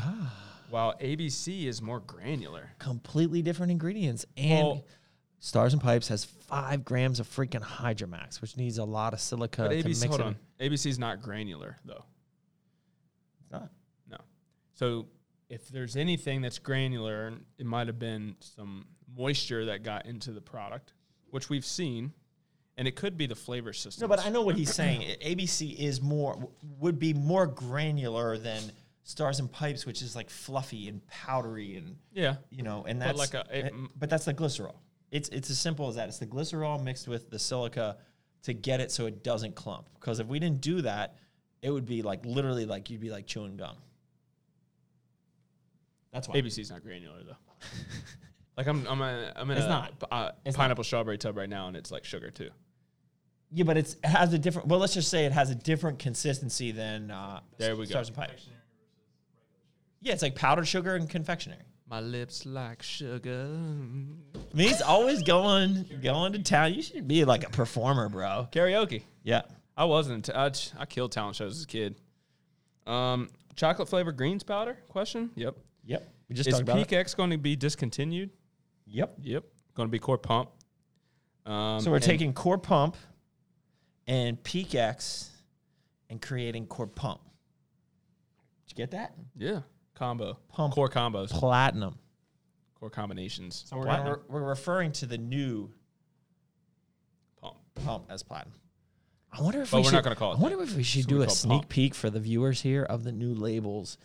while ABC is more granular?
Completely different ingredients and.
Well-
Stars and Pipes has five grams of freaking Hydromax, which needs Uh, a lot of silica
But
to mix
ABC, hold
it.
on. ABC is not granular though.
It's not.
No. So if there's anything that's granular, it might have been some moisture that got into the product, which we've seen, and it could be the flavor system.
No, but I know what he's <clears throat> saying. I- ABC is more would be more granular than Stars and Pipes, which is like fluffy and powdery and
yeah.
you know, and that's
like a- it-
uh, but that's the glycerol. It's it's as simple as that. It's the glycerol mixed with the silica to get it so it doesn't clump. Because if we didn't do that, it would be like literally like you'd be like chewing gum. That's why.
ABC's not granular
<laughs>
though. like I'm, I'm, a, I'm in
It's
a
not.
p- uh,
It's
pineapple strawberry tub right now, and it's like sugar too.
Yeah, but it's, it has a different. Well, let's just say it has a different consistency than uh,
There we go.
Stars and Pipes. Yeah, it's like powdered sugar and confectionery.
My lips like sugar.
I mean, he's always going going to town. You should be like a performer, bro.
Karaoke.
Yeah.
I wasn't. I, t- I killed talent shows as a kid. Um, chocolate flavored greens powder? Question. Yep.
Yep. We just
Is
talked about
Peak
it.
X going to be discontinued?
Yep.
Yep. Going to be core pump. Um,
So we're
and-
taking core pump and peak X and creating core pump. Did you get that?
yeah combo
Pump.
core combos.
Platinum.
or combinations.
So we're,
Platinum.
gonna re- we're referring to the new
Pump.
pump as platinum.
I wonder if
But
we
we're
should,
not gonna call it
I wonder
that.
if we should
So we
do a
call it
sneak
pop.
peek for the viewers here of the new labels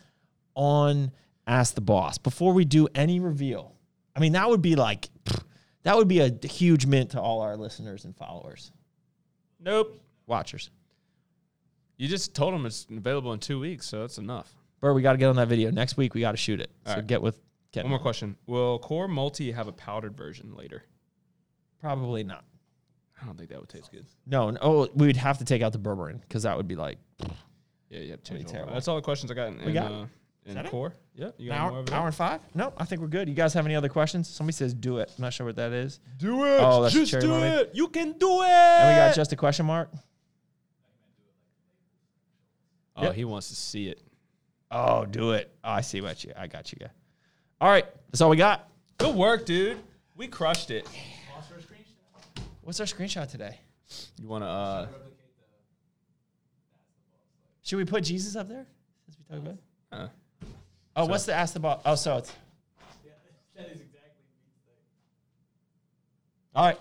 on Ask the Boss before we do any reveal. I mean, that would be like pfft, that would be a huge mint to all our listeners and followers,
Nope.
watchers.
You just told them it's available in two weeks, so that's enough.
Bro, we got to get on that video next week. We got to shoot it.
All
so
right.
get with Ken.
One more question: Will Core Multi have a powdered version later?
Probably not.
I don't think that would taste good.
No, no. Oh, we'd have to take out the berberine because that would be like
Yeah, yeah, change it all.
terrible.
That's all the questions I got. In, in,
got it.
uh, in
that it?
Core. Yeah, you
an
got
hour,
more over there?
hour and five. No, I think we're good. You guys have any other questions? Somebody says do it. I'm not sure what that is.
Do it.
Oh, that's
just
cherry
do
mommy.
it. You can do it.
And we got just a question mark.
Oh, he wants to see it.
Oh, do it. Oh, I see what you. I got you, guy. All right, that's all we got.
Good work, dude. We crushed it.
What's our screenshot today?
You want to? uh
Should we put Jesus up there since we talked about? It?
Uh,
Oh, what's the ask the boss? Oh, so it's. All right,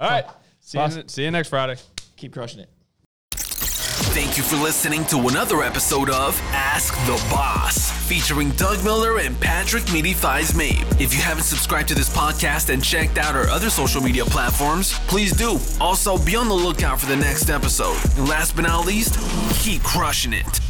All right. See you,
Awesome.
see you next Friday.
keep crushing it.
Thank you for listening to another episode of Ask the Boss, featuring Doug Miller and Patrick Meaty Thighs Mabe. If you haven't subscribed to this podcast and checked out our other social media platforms, please do. Also, be on the lookout for the next episode. And last but not least, keep crushing it.